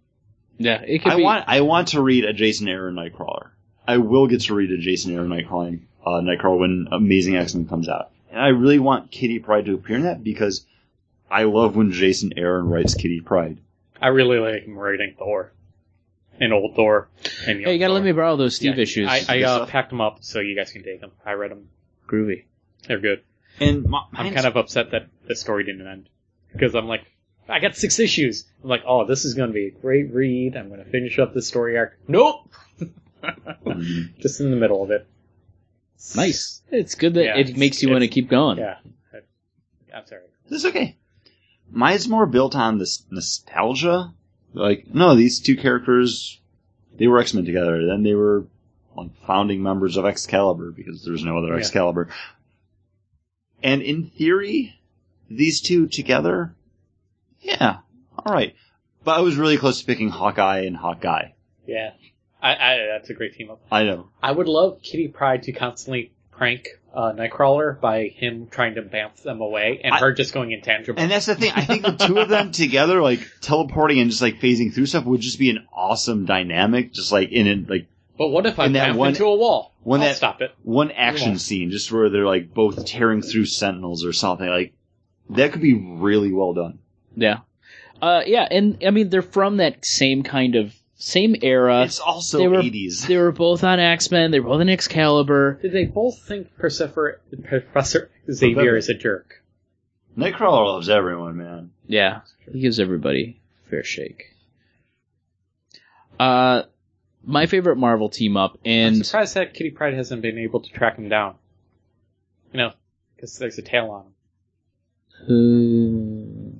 Speaker 5: yeah, it could
Speaker 3: I
Speaker 5: be.
Speaker 3: want I want to read a Jason Aaron Nightcrawler. I will get to read a Jason Aaron Nightcrawler, uh, Nightcrawler when Amazing X Men comes out, and I really want Kitty Pride to appear in that because I love when Jason Aaron writes Kitty Pride.
Speaker 2: I really like him writing Thor, and old Thor. And young
Speaker 5: hey, you gotta let
Speaker 2: Thor.
Speaker 5: me borrow those Steve
Speaker 2: Yeah,
Speaker 5: issues.
Speaker 2: I, I uh,
Speaker 3: Yourself?
Speaker 2: packed them up so you guys can take them. I read them;
Speaker 5: Groovy.
Speaker 2: they're good.
Speaker 3: And my,
Speaker 2: I'm kind of upset that the story didn't end because I'm like, I got six issues. I'm like, oh, this is gonna be a great read. I'm gonna finish up the story arc. Nope,
Speaker 3: Mhm.
Speaker 2: just in the middle of it.
Speaker 5: Nice. It's good that
Speaker 2: Yeah,
Speaker 5: it makes you want to
Speaker 2: it's-
Speaker 5: keep going.
Speaker 2: Yeah, I- I'm sorry.
Speaker 3: This is okay. Mine's more built on this nostalgia. Like, no, these two characters, they were X Men together. Then they were like founding members of Excalibur because there's no other
Speaker 2: Yeah.
Speaker 3: Excalibur. And in theory, these two together, yeah, all right. But I was really close to picking Hawkeye and Hawkeye.
Speaker 2: Yeah, I, I that's a great team up.
Speaker 3: I know.
Speaker 2: I would love Kitty Pride to constantly prank uh, Nightcrawler by him trying to bounce them away and
Speaker 3: I-
Speaker 2: her just going intangible.
Speaker 3: And that's the thing. I think the two of them together, like teleporting and just like phasing through stuff, would just be an awesome dynamic. Just like in it, like
Speaker 2: but what if I
Speaker 3: and that
Speaker 2: bounce
Speaker 3: one-
Speaker 2: into a wall?
Speaker 3: one
Speaker 2: I'll
Speaker 3: that-
Speaker 2: stop it.
Speaker 3: one action
Speaker 2: Yeah.
Speaker 3: scene just where they're like both tearing through sentinels or something like that could be really well done
Speaker 5: Yeah. Uh, yeah, and I mean they're from that same kind of same era.
Speaker 3: it's also
Speaker 5: they were
Speaker 3: 80s
Speaker 5: they were both on X Men. They were both in Excalibur.
Speaker 2: Did they both think Persephor- Professor Xavier is a jerk?
Speaker 3: nightcrawler loves everyone man
Speaker 5: Yeah, he gives everybody a fair shake. Uh, my favorite Marvel team up,
Speaker 2: I'm
Speaker 5: and
Speaker 2: surprised that Kitty Pride hasn't been able to track him down. You know, because there's a tail on him.
Speaker 5: Who-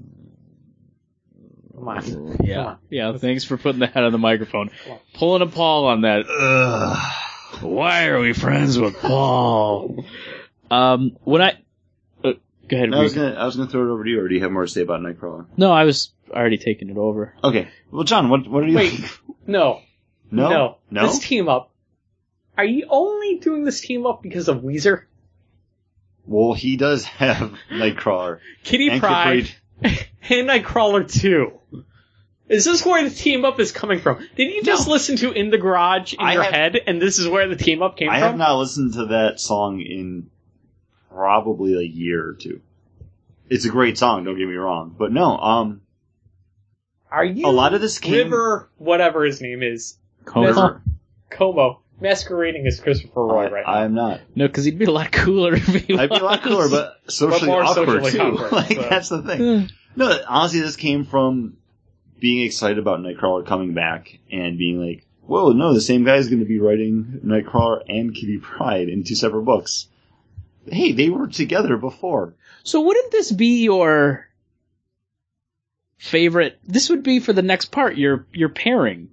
Speaker 2: Come on.
Speaker 3: Mm,
Speaker 2: Come
Speaker 5: yeah,
Speaker 2: on.
Speaker 5: yeah. Thanks for putting that on the microphone.
Speaker 2: Come on.
Speaker 5: Pulling a Paul on that.
Speaker 3: Ugh.
Speaker 5: Why are we friends with Paul? um, when I uh, go ahead.
Speaker 3: i was
Speaker 5: Reed.
Speaker 3: gonna i was gonna throw it over to you or do you have more to say about nightcrawler
Speaker 5: No, I was already taking it over.
Speaker 3: okay well john what what are you
Speaker 2: Wait. No,
Speaker 3: no
Speaker 2: no,
Speaker 3: no
Speaker 2: This team up. Are you only doing this team up because of Weezer?
Speaker 3: well he does have nightcrawler
Speaker 2: Kitty
Speaker 3: and
Speaker 2: Pride
Speaker 3: Capri.
Speaker 2: and Nightcrawler 2. Is this where the team up is coming from? Did you just listen to In the Garage in
Speaker 3: I
Speaker 2: your
Speaker 3: have-
Speaker 2: head and this is where the team up came
Speaker 3: i
Speaker 2: from?
Speaker 3: have not listened to that song in probably a year or two it's a great song don't get me wrong but no um
Speaker 2: Are you
Speaker 3: a lot of this came
Speaker 2: River whatever his name is,
Speaker 5: Coma.
Speaker 2: Como, masquerading as Christopher Roy right now.
Speaker 3: I am not.
Speaker 5: No, because he'd be a lot cooler if he
Speaker 3: I'd be a lot
Speaker 5: was.
Speaker 3: cooler, but socially
Speaker 2: more
Speaker 3: awkward
Speaker 2: socially
Speaker 3: too.
Speaker 2: awkward,
Speaker 3: like
Speaker 2: so.
Speaker 3: that's the
Speaker 5: Hmm.
Speaker 3: thing. No, honestly, this came from being excited about Nightcrawler coming back and being like, "Whoa, no, the same guy's going to be writing Nightcrawler and Kitty Pride in two separate books." Hey, they were together before.
Speaker 5: So wouldn't this be your favorite? This would be for the next part. Your your pairing.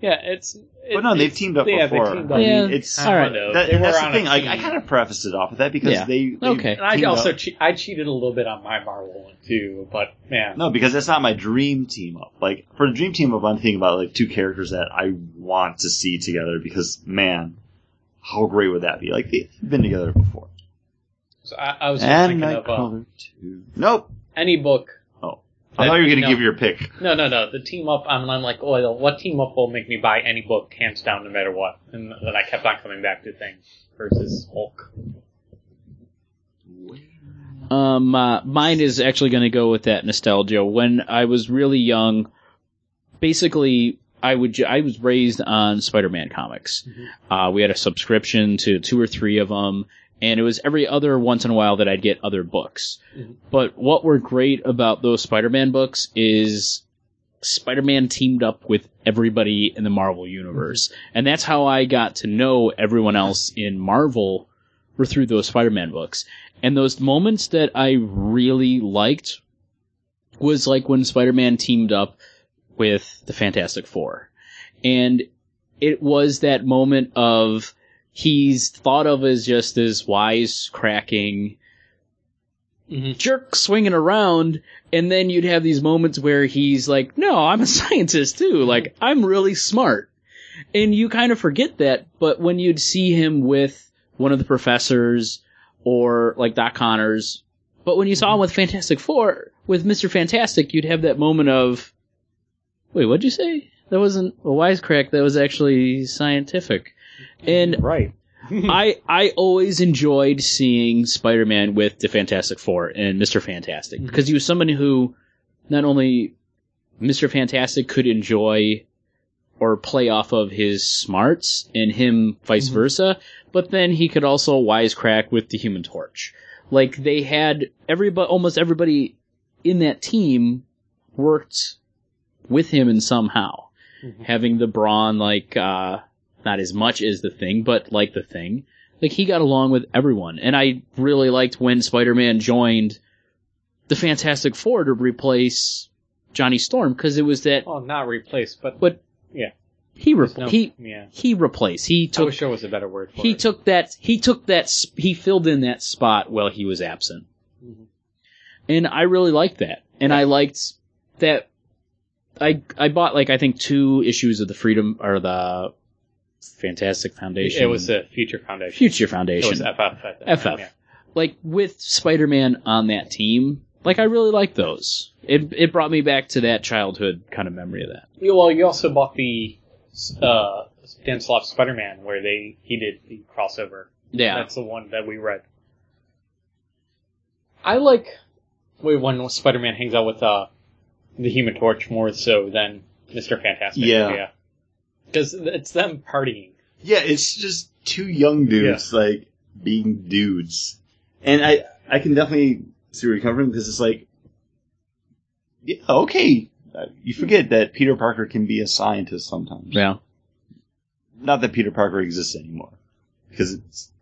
Speaker 2: yeah, it's. It,
Speaker 3: But no, they've
Speaker 2: it's-
Speaker 3: teamed up
Speaker 2: yeah,
Speaker 3: before.
Speaker 2: They teamed
Speaker 3: I
Speaker 2: up.
Speaker 3: mean,
Speaker 5: Yeah.
Speaker 3: it's
Speaker 5: All right.
Speaker 2: Kind of.
Speaker 3: that,
Speaker 2: They
Speaker 3: and
Speaker 2: were
Speaker 3: that's the
Speaker 2: on a
Speaker 3: thing. I, I
Speaker 2: team.
Speaker 3: kind of prefaced it off with that because
Speaker 5: Yeah.
Speaker 3: they, they
Speaker 5: Okay.
Speaker 2: And I
Speaker 3: teamed
Speaker 2: also
Speaker 3: up.
Speaker 2: che- I cheated a little bit on my Marvel one too, but man,
Speaker 3: No, because that's not my dream team up. Like for the dream team up, I'm thinking about like two characters that I want to see together. Because man, how great would that be? Like they've been together before.
Speaker 2: So I, I was just
Speaker 3: And
Speaker 2: thinking of uh,
Speaker 3: Nightcrawler two. Nope. Oh.
Speaker 2: any book
Speaker 3: I thought you were gonna
Speaker 2: No.
Speaker 3: give your pick.
Speaker 2: No, no, no. The team up, I'm, I'm like, oh, what team up will make me buy any book, hands down, no matter what? And then I kept on coming back to things versus Hulk.
Speaker 5: Um, uh, mine is actually going to go with that nostalgia. When I was really young, basically, I would ju- I was raised on Spider-Man comics. Uh, we had a subscription to two or three of them, and it was every other once in a while that I'd get other books.
Speaker 2: Mhm.
Speaker 5: But what were great about those Spider-Man books is Spider-Man teamed up with everybody in the Marvel universe, and that's how I got to know everyone else in Marvel were through those Spider-Man books. And those moments that I really liked was like when Spider-Man teamed up with the Fantastic Four. And it was that moment of he's thought of as just this wise cracking
Speaker 2: Mhm.
Speaker 5: jerk swinging around and then you'd have these moments where he's like no i'm a scientist too like i'm really smart and you kind of forget that but when you'd see him with one of the professors or like doc connors but when you saw him with fantastic four with mr fantastic you'd have that moment of wait what'd you say that wasn't a wisecrack that was actually scientific and
Speaker 4: Right.
Speaker 5: I I always enjoyed seeing Spider Man with the Fantastic Four and Mister Fantastic because he was someone who not only Mister Fantastic could enjoy or play off of his smarts and him vice versa, but then he could also wisecrack with the Human Torch. Like they had everybody, almost everybody in that team worked with him in somehow having the brawn like uh not as much as the thing, but like the thing. Like he got along with everyone, and I really liked when Spider-Man joined the Fantastic Four to replace Johnny Storm because it was that
Speaker 2: Well, not replaced, but
Speaker 5: But-
Speaker 2: yeah,
Speaker 5: he re-
Speaker 2: Oh, no-
Speaker 5: he
Speaker 2: yeah.
Speaker 5: he replaced he
Speaker 2: I
Speaker 5: took
Speaker 2: wish there was a better word for
Speaker 5: he
Speaker 2: it.
Speaker 5: took that he took that s- he filled in that spot while he was absent
Speaker 2: Mm-hmm.
Speaker 5: and i really liked that and i liked that i i bought like i think two issues of the freedom or the fantastic foundation
Speaker 2: it was the Future Foundation.
Speaker 5: future
Speaker 2: It
Speaker 5: foundation
Speaker 2: was FF. At that
Speaker 5: ff
Speaker 2: time, yeah.
Speaker 5: like with spider-man on that team like i really liked those it it brought me back to that childhood kind of memory of that
Speaker 2: Yeah, well, you also bought the uh, Dan Slott Spider-Man, where they he did the crossover.
Speaker 5: yeah
Speaker 2: That's the one that we read. I like wait when Spider-Man hangs out with uh, the Human Torch more so than Mister Fantastic.
Speaker 3: Yeah.
Speaker 2: because it's them partying.
Speaker 3: Yeah, it's just two young dudes like being dudes, and I I can definitely see where you're coming from because it's like, yeah, okay, Uh, you forget that Peter Parker can be a scientist sometimes.
Speaker 5: yeah
Speaker 3: Not that Peter Parker exists anymore, because it's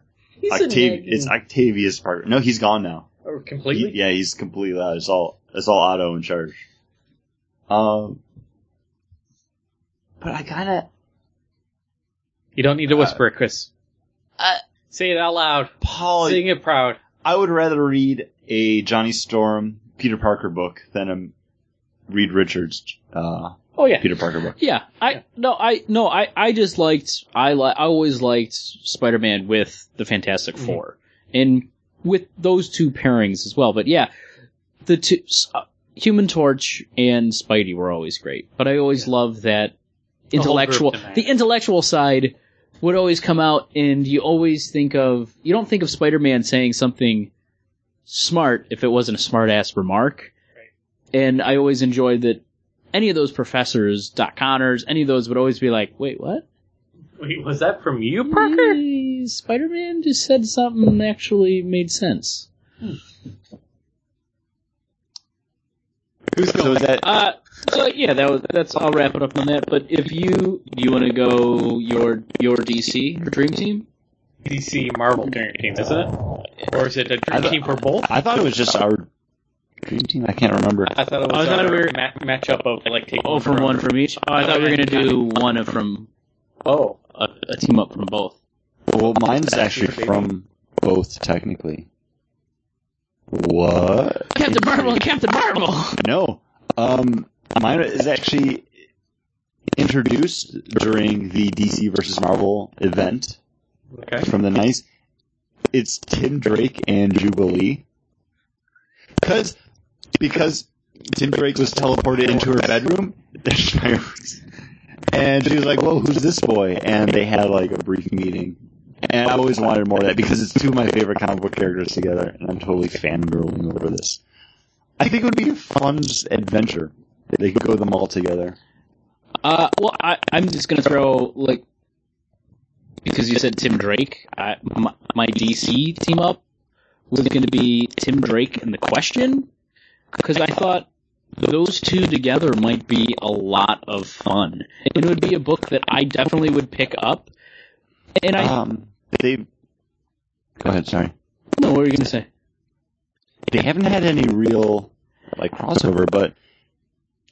Speaker 2: He's a
Speaker 3: Octav-
Speaker 2: nerd.
Speaker 3: it's Octavius Parker. No, he's gone now.
Speaker 2: Or
Speaker 3: He-
Speaker 2: completely.
Speaker 3: yeah, he's completely out. It's all it's all auto in charge. Um, but I kind of
Speaker 2: You don't need to whisper it, Chris.
Speaker 3: Uh,
Speaker 2: Say it out loud.
Speaker 3: Paul.
Speaker 2: Sing it proud.
Speaker 3: I would rather read a Johnny Storm Peter Parker book than a Reed Richards uh,
Speaker 2: Oh yeah.
Speaker 3: Peter Parker book.
Speaker 5: Yeah, I no, I no, I I just liked I li- I always liked Spider Man with the Fantastic 4 and with those two pairings as well. But yeah, the two s- uh, Human Torch and Spidey were always great, but I always loved that
Speaker 2: whole group
Speaker 5: intellectual
Speaker 2: dynamic.
Speaker 5: the intellectual side would always come out, and you always think of you don't think of Spider Man saying something smart if it wasn't a smart ass remark. And I always enjoyed that any of those professors, Doc Connors, any of those would always be like, wait, what?
Speaker 2: Wait, was that from you, Parker?
Speaker 5: Spider Man just said something that actually made sense.
Speaker 3: Who's so is that?
Speaker 5: Uh, so yeah, that was, that's, I'll wrap it up on that. But if you, you want to go your, your DC, your dream team?
Speaker 2: DC Marvel Dream Team, isn't it? Or is it a Dream Team for both?
Speaker 3: I thought it was just our dream team. I can't remember.
Speaker 2: I thought it was
Speaker 5: I thought
Speaker 2: a
Speaker 5: we were-
Speaker 2: ma- matchup of like taking
Speaker 5: Oh, from one from each? Oh, I thought we were going to do one from,
Speaker 2: Oh,
Speaker 5: a, a team up from both.
Speaker 3: Well, mine's actually from both technically. What?
Speaker 5: Captain Marvel and Captain Marvel!
Speaker 3: No. Um, mine is actually introduced during the DC versus Marvel event
Speaker 2: okay.
Speaker 3: from the nice. It's Tim Drake and Jubilee. Because because Tim Drake was teleported into her bedroom, there's fireworks. And she was like, "Whoa, who's this boy?" And they had like a brief meeting. And I always wanted more of that because it's two of my favorite comic book characters together, and I'm totally fangirling over this. I think it would be a fun s- adventure. They could go them all together.
Speaker 5: Uh, well, I, I'm just gonna throw like because you said Tim Drake. I, my, my DC team up was gonna be Tim Drake and the Question because I thought those two together might be a lot of fun. It would be a
Speaker 3: Uh-huh.
Speaker 5: book that I definitely would pick up, and I
Speaker 3: Um, they Go ahead, sorry.
Speaker 5: No, what were you gonna say?
Speaker 3: They haven't had any real like crossover, but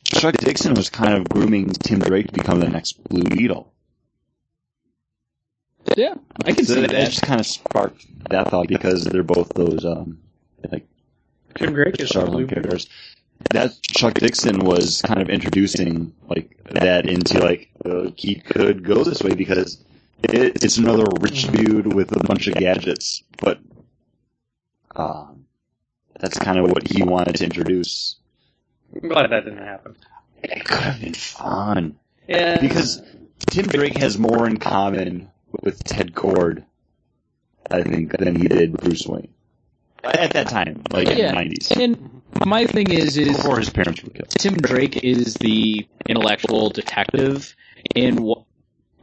Speaker 3: Chuck Dixon was kind of grooming Tim Drake to become the next Blue Beetle.
Speaker 5: Yeah, I can
Speaker 3: So
Speaker 5: see
Speaker 3: it, it
Speaker 5: that.
Speaker 3: just kind of sparked that thought because they're both those um, like
Speaker 2: Tim Drake is
Speaker 3: Charlotte
Speaker 2: Blue
Speaker 3: characters. That Chuck Dixon was kind of introducing like that into like uh, he could go this way because it, it's another rich dude with a bunch of gadgets, but um, that's kind of what he wanted to introduce.
Speaker 2: I'm glad that didn't happen.
Speaker 3: It could have been fun
Speaker 2: Yeah,
Speaker 3: because Tim Drake has more in common with Ted Cord, I think, than he did Bruce Wayne at that time, like in the
Speaker 5: Yeah,
Speaker 3: nineties,
Speaker 5: and my thing is, is
Speaker 3: before his parents were killed.
Speaker 5: Tim Drake is the intellectual detective, and wh-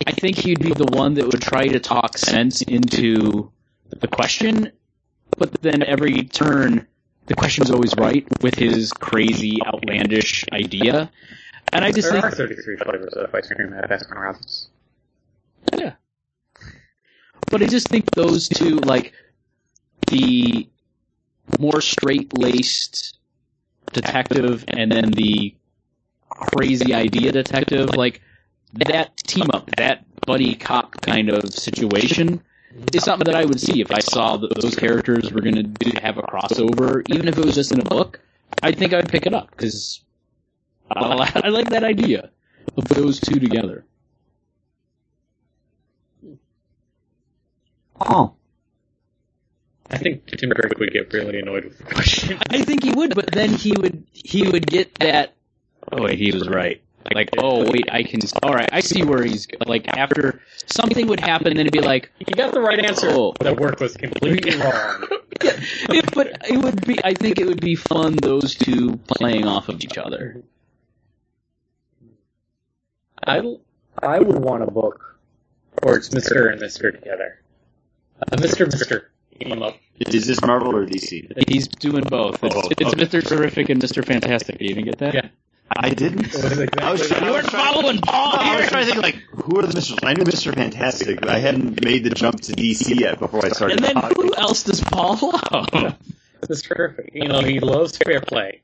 Speaker 5: I think he'd be the one that would try to talk sense into the question, but then every turn, the question's always right with his crazy, outlandish idea. And I just
Speaker 2: there
Speaker 5: think,
Speaker 2: are 33 flavors of ice cream at Baskin Robbins.
Speaker 5: but I just think those two, like, the more straight laced detective and then the crazy idea detective, like that team up, that buddy cop kind of situation is something that I would see if I saw that those characters were going to do have a crossover, even if it was just in a book. I think I would pick it up because I, I like that idea of those two together.
Speaker 3: Oh,
Speaker 2: I think Tim Drake would get really annoyed with the question.
Speaker 5: I think he would, but then he would he would get that. Oh wait, he was right. Like, oh wait, I can. All right, I see where he's like. After something would happen, and then it'd be like,
Speaker 2: He got the right answer.
Speaker 5: Oh.
Speaker 2: The work was completely wrong.
Speaker 5: it- but it would be. I think it would be fun those two playing off of each other.
Speaker 2: I, I would want a book where it's Mr. and Mr. together. A Mr. Mr. team up.
Speaker 3: is this Marvel or DC?
Speaker 5: He's doing both. It's,
Speaker 3: Oh,
Speaker 5: it's
Speaker 3: okay.
Speaker 5: Mr. Terrific and Mr. Fantastic. You didn't get that?
Speaker 2: Yeah.
Speaker 3: I didn't.
Speaker 2: It was exactly
Speaker 3: I was, I was trying,
Speaker 5: Following Paul
Speaker 3: Oh, I was
Speaker 5: here.
Speaker 3: trying to think like who are the Mr. I knew Mr. Fantastic, but I hadn't made the jump to DC yet before I started.
Speaker 5: And then
Speaker 3: talking.
Speaker 5: who else does Paul love?
Speaker 2: This is terrific. You know, he loves fair play.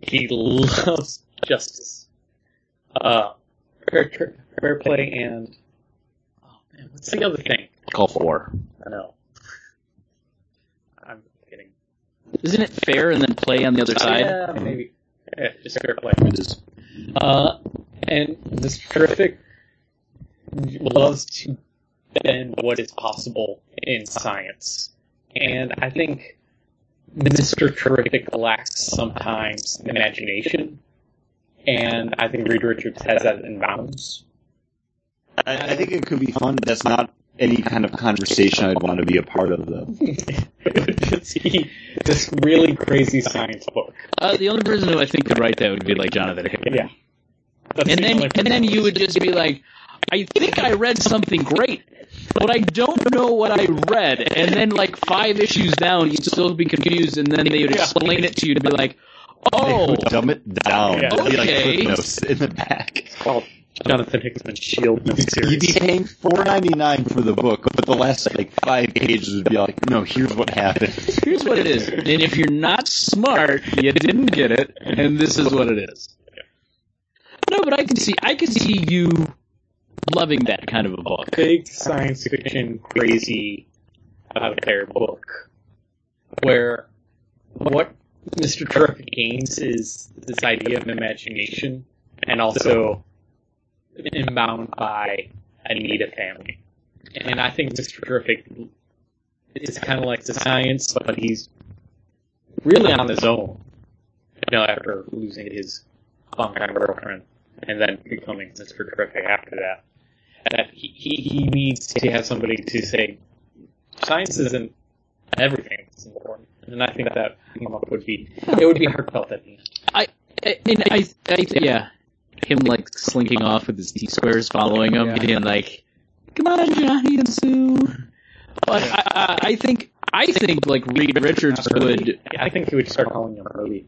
Speaker 2: He loves justice. Uh, fair, tr- fair play and oh man, what's the other thing?
Speaker 5: Call four.
Speaker 2: I know. I'm kidding.
Speaker 5: Isn't it fair? And then play on the other side.
Speaker 2: Yeah, maybe. Yeah, just fair play.
Speaker 3: It is-
Speaker 2: Uh, and this terrific loves to bend what is possible in science. And I think Mr. Terrific lacks sometimes imagination. And I think Reed Richards has that in bounds.
Speaker 3: I, I think it could be fun. but That's not any kind of conversation I'd want to be a part of, though.
Speaker 2: It's- he- this really crazy science book.
Speaker 5: Uh, the only person who I think could write that would be like Jonathan Hickman.
Speaker 2: Yeah. That's
Speaker 5: and
Speaker 2: the
Speaker 5: then
Speaker 2: only
Speaker 5: and then you would just be like, I think I read something great, but I don't know what I read. And then like five issues down, you'd still be confused, and then they would
Speaker 2: Yeah.
Speaker 5: explain it to you to be like,
Speaker 3: They
Speaker 5: oh,
Speaker 3: would dumb it down.
Speaker 2: Yeah.
Speaker 3: It'd be like
Speaker 5: Okay.
Speaker 3: footnotes in the back.
Speaker 2: called Jonathan Hickman Shield
Speaker 3: You'd be
Speaker 2: series.
Speaker 3: paying four ninety nine for the book, but the last like five pages would be like, no, here's what happened.
Speaker 5: here's what it is. And if you're not smart, you didn't get it, and this is what it is. No, but I can see I can see you loving that kind of a book.
Speaker 2: big science fiction crazy out there book where what Mr. Terrific gains is this idea of imagination and also inbound by a need of family. And I think Mr. Terrific is kind of like the science, but he's really on his own. You know, after losing his longtime girlfriend and then becoming Mr. Terrific after that that he, he, he needs to have somebody to say, science isn't everything that's important. And I think that team up would be, it would be heartfelt at the end.
Speaker 5: I and I, I yeah, him like slinking off with his T squares following him
Speaker 4: Yeah.
Speaker 5: and like, come on, Johnny and Sue. But I, I, I think I think like Reed Richards would
Speaker 2: Yeah, I think he would start calling him early.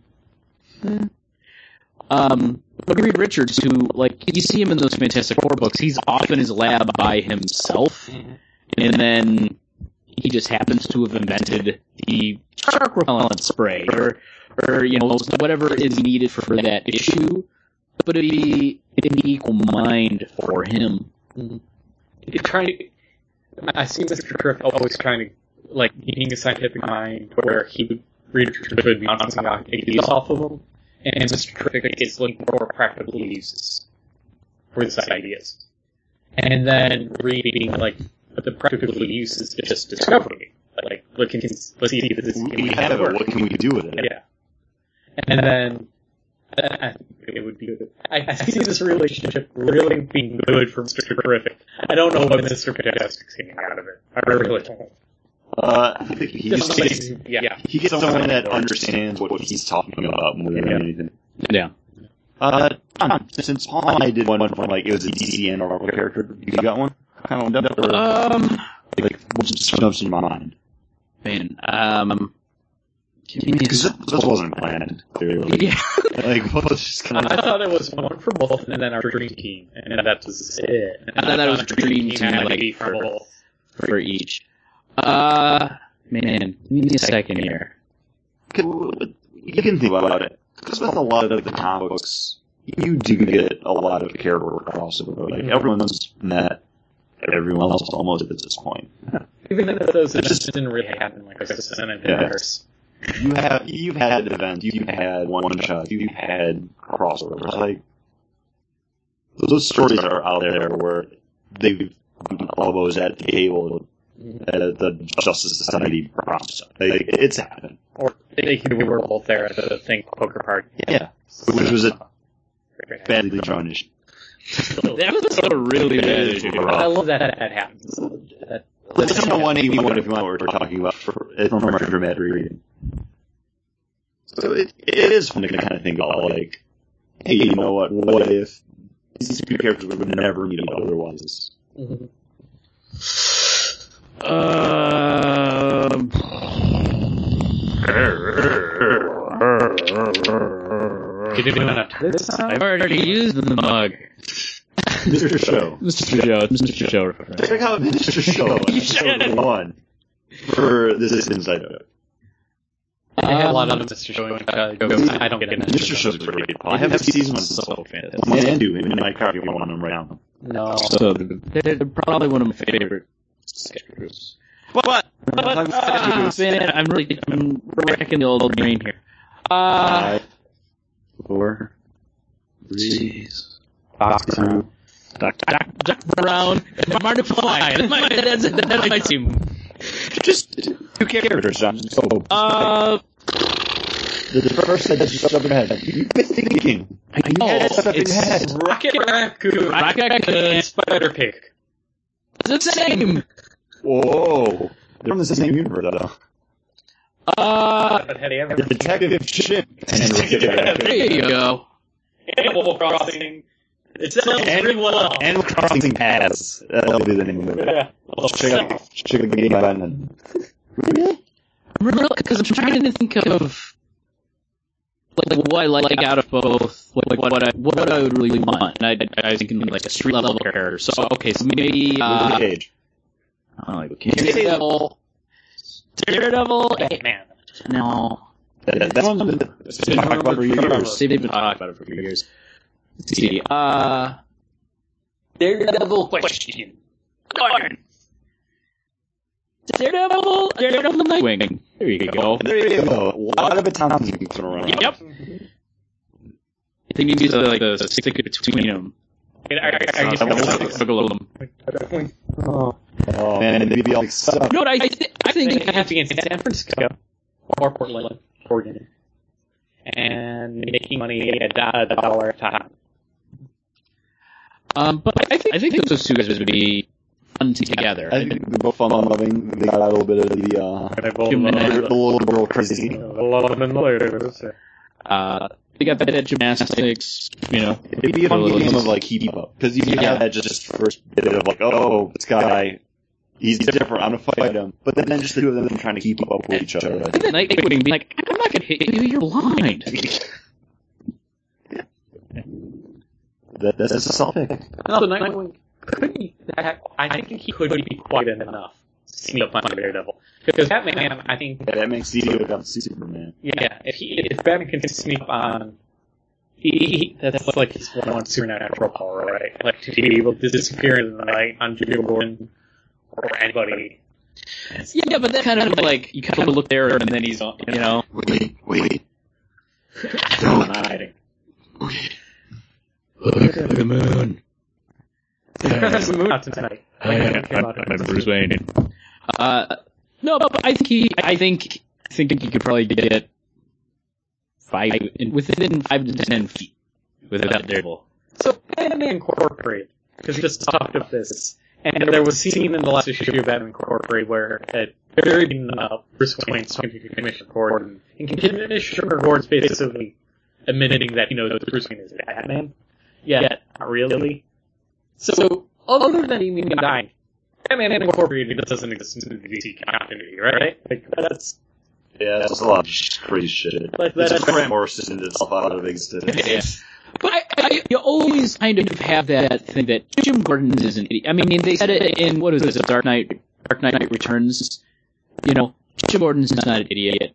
Speaker 5: um but Reed Richards who like you see him in those Fantastic Four books he's off in his lab by himself and then he just happens to have invented the shark repellent spray or, or you know, whatever is needed for that issue. But it'd be an equal mind for him.
Speaker 2: trying. I see Mr. Kirk always trying to like being a scientific mind where he would read would be bouncing ideas off of him, and Mr. Kirk is looking for practical uses for his ideas, and then reading like the practical uses to just discovery, like look and let's see if this can
Speaker 3: We
Speaker 2: be
Speaker 3: have it.
Speaker 2: work.
Speaker 3: What can we do with it?
Speaker 2: Yeah. And then I I think it would be good. I, I see this relationship really being good for Mr. Terrific. I don't know what Mr. Fantastic's getting out of it. I really don't.
Speaker 3: Uh, I think he
Speaker 2: Just
Speaker 3: just
Speaker 2: somebody
Speaker 3: gets,
Speaker 2: who- yeah.
Speaker 3: he gets someone that understands what he's talking about more than
Speaker 2: Yeah.
Speaker 3: anything.
Speaker 5: Yeah.
Speaker 3: Uh, John, since Paul and I did one from like it was a DC and or character, you got one? Kind of dumb, or,
Speaker 5: Um,
Speaker 3: like what just jumps in my mind
Speaker 5: man, um, give me a
Speaker 3: because this,
Speaker 5: sec-
Speaker 3: this wasn't planned. Clearly.
Speaker 5: yeah.
Speaker 3: Like what was just kind
Speaker 2: I
Speaker 3: of
Speaker 2: thought it was one for both, and then our dream team, and that was it. And
Speaker 5: I thought that was
Speaker 2: our
Speaker 5: dream team,
Speaker 2: had to
Speaker 5: like,
Speaker 2: be for
Speaker 5: for-
Speaker 2: both.
Speaker 5: for each. Uh, man, give me a second here.
Speaker 3: you can think about it because with a lot of the comic books, you do get a lot of character crossover. Like everyone's met everyone else almost at this point.
Speaker 2: Even if those
Speaker 3: It's
Speaker 2: just
Speaker 3: just-
Speaker 2: didn't really happen, like I said, and
Speaker 3: Yeah.
Speaker 2: it's
Speaker 3: You have you've had events, you've had one shot, you've had crossovers. Like those stories are out there where they've bumped elbows at the table at the Justice Society prompts. Like, it's happened.
Speaker 2: or they, we were both there at the thing poker party,
Speaker 3: Yeah, which was a badly drawn issue.
Speaker 5: That was a really bad issue.
Speaker 2: I love that that happens. That-
Speaker 3: Let's come to 181 if you want what we're talking about for, from our dramatic reading. So it, it is fun to kind of think about, like, hey, you know what, what if these two characters would never meet otherwise?
Speaker 5: Um,
Speaker 2: Did you do enough time this time?
Speaker 5: I've already used the mug.
Speaker 3: Mr. Show.
Speaker 5: Mr. Joe, Mr. Joe.
Speaker 3: Check out Mr. Show, episode one, for this Inside Out.
Speaker 2: I had a lot of Mr. Show. Uh, jokes. I don't get it.
Speaker 3: Mr. Show's a great. I have season one so fantastic. One and two in my car if you want them right now.
Speaker 2: No.
Speaker 5: So they're, they're probably one of my favorite sketch groups. But,
Speaker 3: But-
Speaker 5: ah, man, I'm really I'm wrecking the old brain here. Uh,
Speaker 3: Five, four, three, two,
Speaker 5: Doc, Doc Brown and Marty Fly. That's my, that's, that's my team. Just
Speaker 3: two characters, John. So
Speaker 5: uh,
Speaker 3: The first thing that just up in your head. You've been thinking.
Speaker 5: I know
Speaker 3: had stuff in your head.
Speaker 5: it's
Speaker 2: Rocket Raccoon.
Speaker 5: Rocket
Speaker 2: and
Speaker 5: Raccoon.
Speaker 2: Spider Pig.
Speaker 5: the same.
Speaker 3: Whoa. They're from the same universe, though.
Speaker 5: Uh,
Speaker 2: But had he
Speaker 3: The
Speaker 2: ever
Speaker 3: Detective Chip and
Speaker 5: there you go.
Speaker 2: Animal Crossing? It sounds
Speaker 3: And-
Speaker 2: really well.
Speaker 3: Animal Crossing Paths. That'll be the name of it.
Speaker 2: yeah. Well,
Speaker 3: Check out, check out the game button.
Speaker 5: Because I'm trying to think of like what I like out of both, like what I what I would really want. And I, I was thinking like a street level character. So okay, so maybe
Speaker 3: Luke
Speaker 5: uh,
Speaker 3: Cage.
Speaker 5: I don't know, Daredevil, Daredevil. eh,
Speaker 2: Man.
Speaker 5: No,
Speaker 3: That, that's one that's been talked about for years.
Speaker 5: they've been talking about it for years. Let's see, uh, Daredevil question. Darn. Daredevil, Daredevil Nightwing. There you go.
Speaker 3: There you go. A lot of it sounds like it's around.
Speaker 5: Yep. I think he needs to like the stick it between them.
Speaker 3: Oh, man, and they'd be all like, suck.
Speaker 5: No, I th- I think
Speaker 2: have to get in San Francisco or Portland, uh, Oregon, and making money a do- a dollar a time.
Speaker 5: um, but I think I think those two guys would be fun together.
Speaker 3: I think they're both fun loving. They got a little bit of the, uh, the little liberal crazy.
Speaker 5: Uh, they got that gymnastics, you know.
Speaker 3: It'd be a fun
Speaker 5: Well,
Speaker 3: game
Speaker 5: it's-
Speaker 3: of like keep up because you
Speaker 5: Yeah.
Speaker 3: have that just first bit of like, oh, this guy, he's different. I'm gonna fight him. But then just the two of them trying to keep up with each other.
Speaker 5: And then Nightwing be like, "I'm not gonna hit you. You're blind."
Speaker 3: That, that's that's a solid pick.
Speaker 2: No, the Nightwing could be. I think he could be quite enough. Cena punching Daredevil. Because Batman, I think,
Speaker 3: Yeah, that makes DC without Superman.
Speaker 2: yeah, if he if Batman can sneak up on, he, he- that's like his one on supernatural power, right? Like to be able to disappear in the night on Jimmy Gordon or anybody.
Speaker 5: Yeah, but that kind of like you kind of look there, and then he's on. You know,
Speaker 3: Wait, wait.
Speaker 2: I'm not hiding.
Speaker 6: Look at the moon.
Speaker 2: There's a moon out tonight.
Speaker 3: Oh,
Speaker 2: I don't care about it.
Speaker 6: Wayne.
Speaker 5: uh, no, but I think he. I think I think he could probably get five within five to ten feet without Daredevil.
Speaker 2: So Batman Incorporated, because we just talked about this, and there was a scene in the last issue of Batman Incorporated where at the very beginning, uh, Bruce Wayne's talking to Commissioner Gordon, and Commissioner Gordon's basically admitting that he knows that Bruce Wayne is Batman. Yeah, not really. So other than him dying, Batman Incorporated doesn't exist in the DC continuity, right? Like that's
Speaker 3: Yeah, that's a lot of sh- crazy shit.
Speaker 2: Like
Speaker 3: it's
Speaker 2: that-
Speaker 3: Grant Morrison did itself out of existence.
Speaker 5: Yeah. But I, I, you always kind of have that thing that Jim Gordon is an idiot. I mean, they said it in what is it, Dark Knight, Dark Knight Returns. You know, Jim Gordon's not an idiot.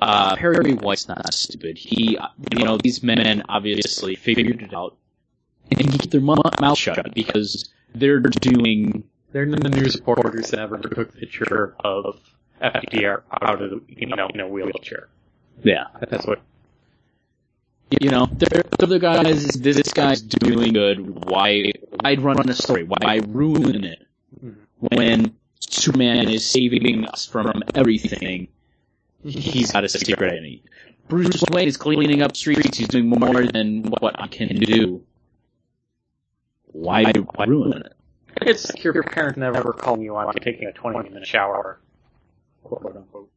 Speaker 5: Uh, Perry White's not stupid. He, uh, you know, these men obviously figured it out, and he kept their mu- mouth shut because they're doing
Speaker 2: They're the news reporters that ever took a picture of FDR out of the, you know, in a wheelchair.
Speaker 5: yeah.
Speaker 2: That's what.
Speaker 5: You know, they're, they're the guys. This guy's doing good. Why? I'd run a story. Why ruin it? when Superman is saving us from everything, he's got a secret enemy. Bruce Wayne is cleaning up streets. He's doing more than what I can do. Why, why ruin it?
Speaker 2: It's like your parents never calling you on taking a 20 minute shower. Quote unquote.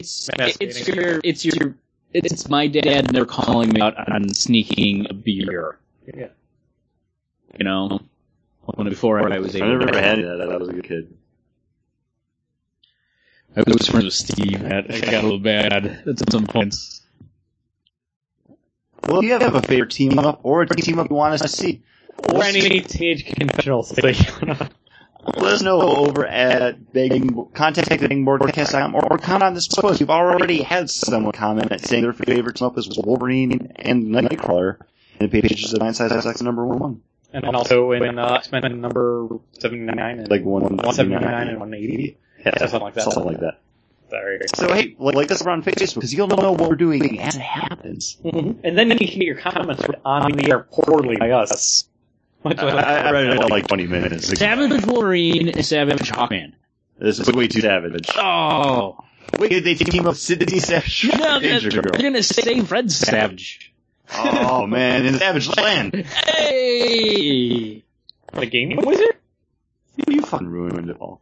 Speaker 5: It's, it's your, it's your, it's my dad never calling me out on sneaking a beer.
Speaker 2: Yeah.
Speaker 5: You know, when before I was
Speaker 3: I
Speaker 5: able.
Speaker 3: never had that. I was a good kid.
Speaker 5: I was friends with Steve.
Speaker 4: That that got a little bad at some points.
Speaker 3: Well, if you have a favorite team up or a team up you want us to see,
Speaker 2: Or any teenage confessional station.
Speaker 3: let us know over at begging, contact at beggingboardcast.com or, or comment on this post. We've already had someone comment saying their favorite team up is Wolverine and Nightcrawler in the pages of Nine Size X number one.
Speaker 2: and then also in uh, X-Men number 79 and
Speaker 3: Like one,
Speaker 2: 179 and 180.
Speaker 3: yeah,
Speaker 2: something like that.
Speaker 3: Something like that.
Speaker 2: Sorry.
Speaker 3: So hey, like, like us over on Facebook because you'll know what we're doing as it happens.
Speaker 2: And then you can get your comments read on the air poorly by us. Much
Speaker 3: I, I, I read it in like 20 minutes.
Speaker 5: Savage Wolverine and Savage Hawkman.
Speaker 3: This is way too savage.
Speaker 5: Oh.
Speaker 3: Wait, they team up Sydney Savage.
Speaker 5: No,
Speaker 3: and
Speaker 5: they're,
Speaker 3: Ginger
Speaker 5: they're
Speaker 3: Girl.
Speaker 5: gonna say Fred Savage.
Speaker 3: Oh man, in Savage Land.
Speaker 5: Hey!
Speaker 2: the game wizard?
Speaker 3: You fucking ruined it all.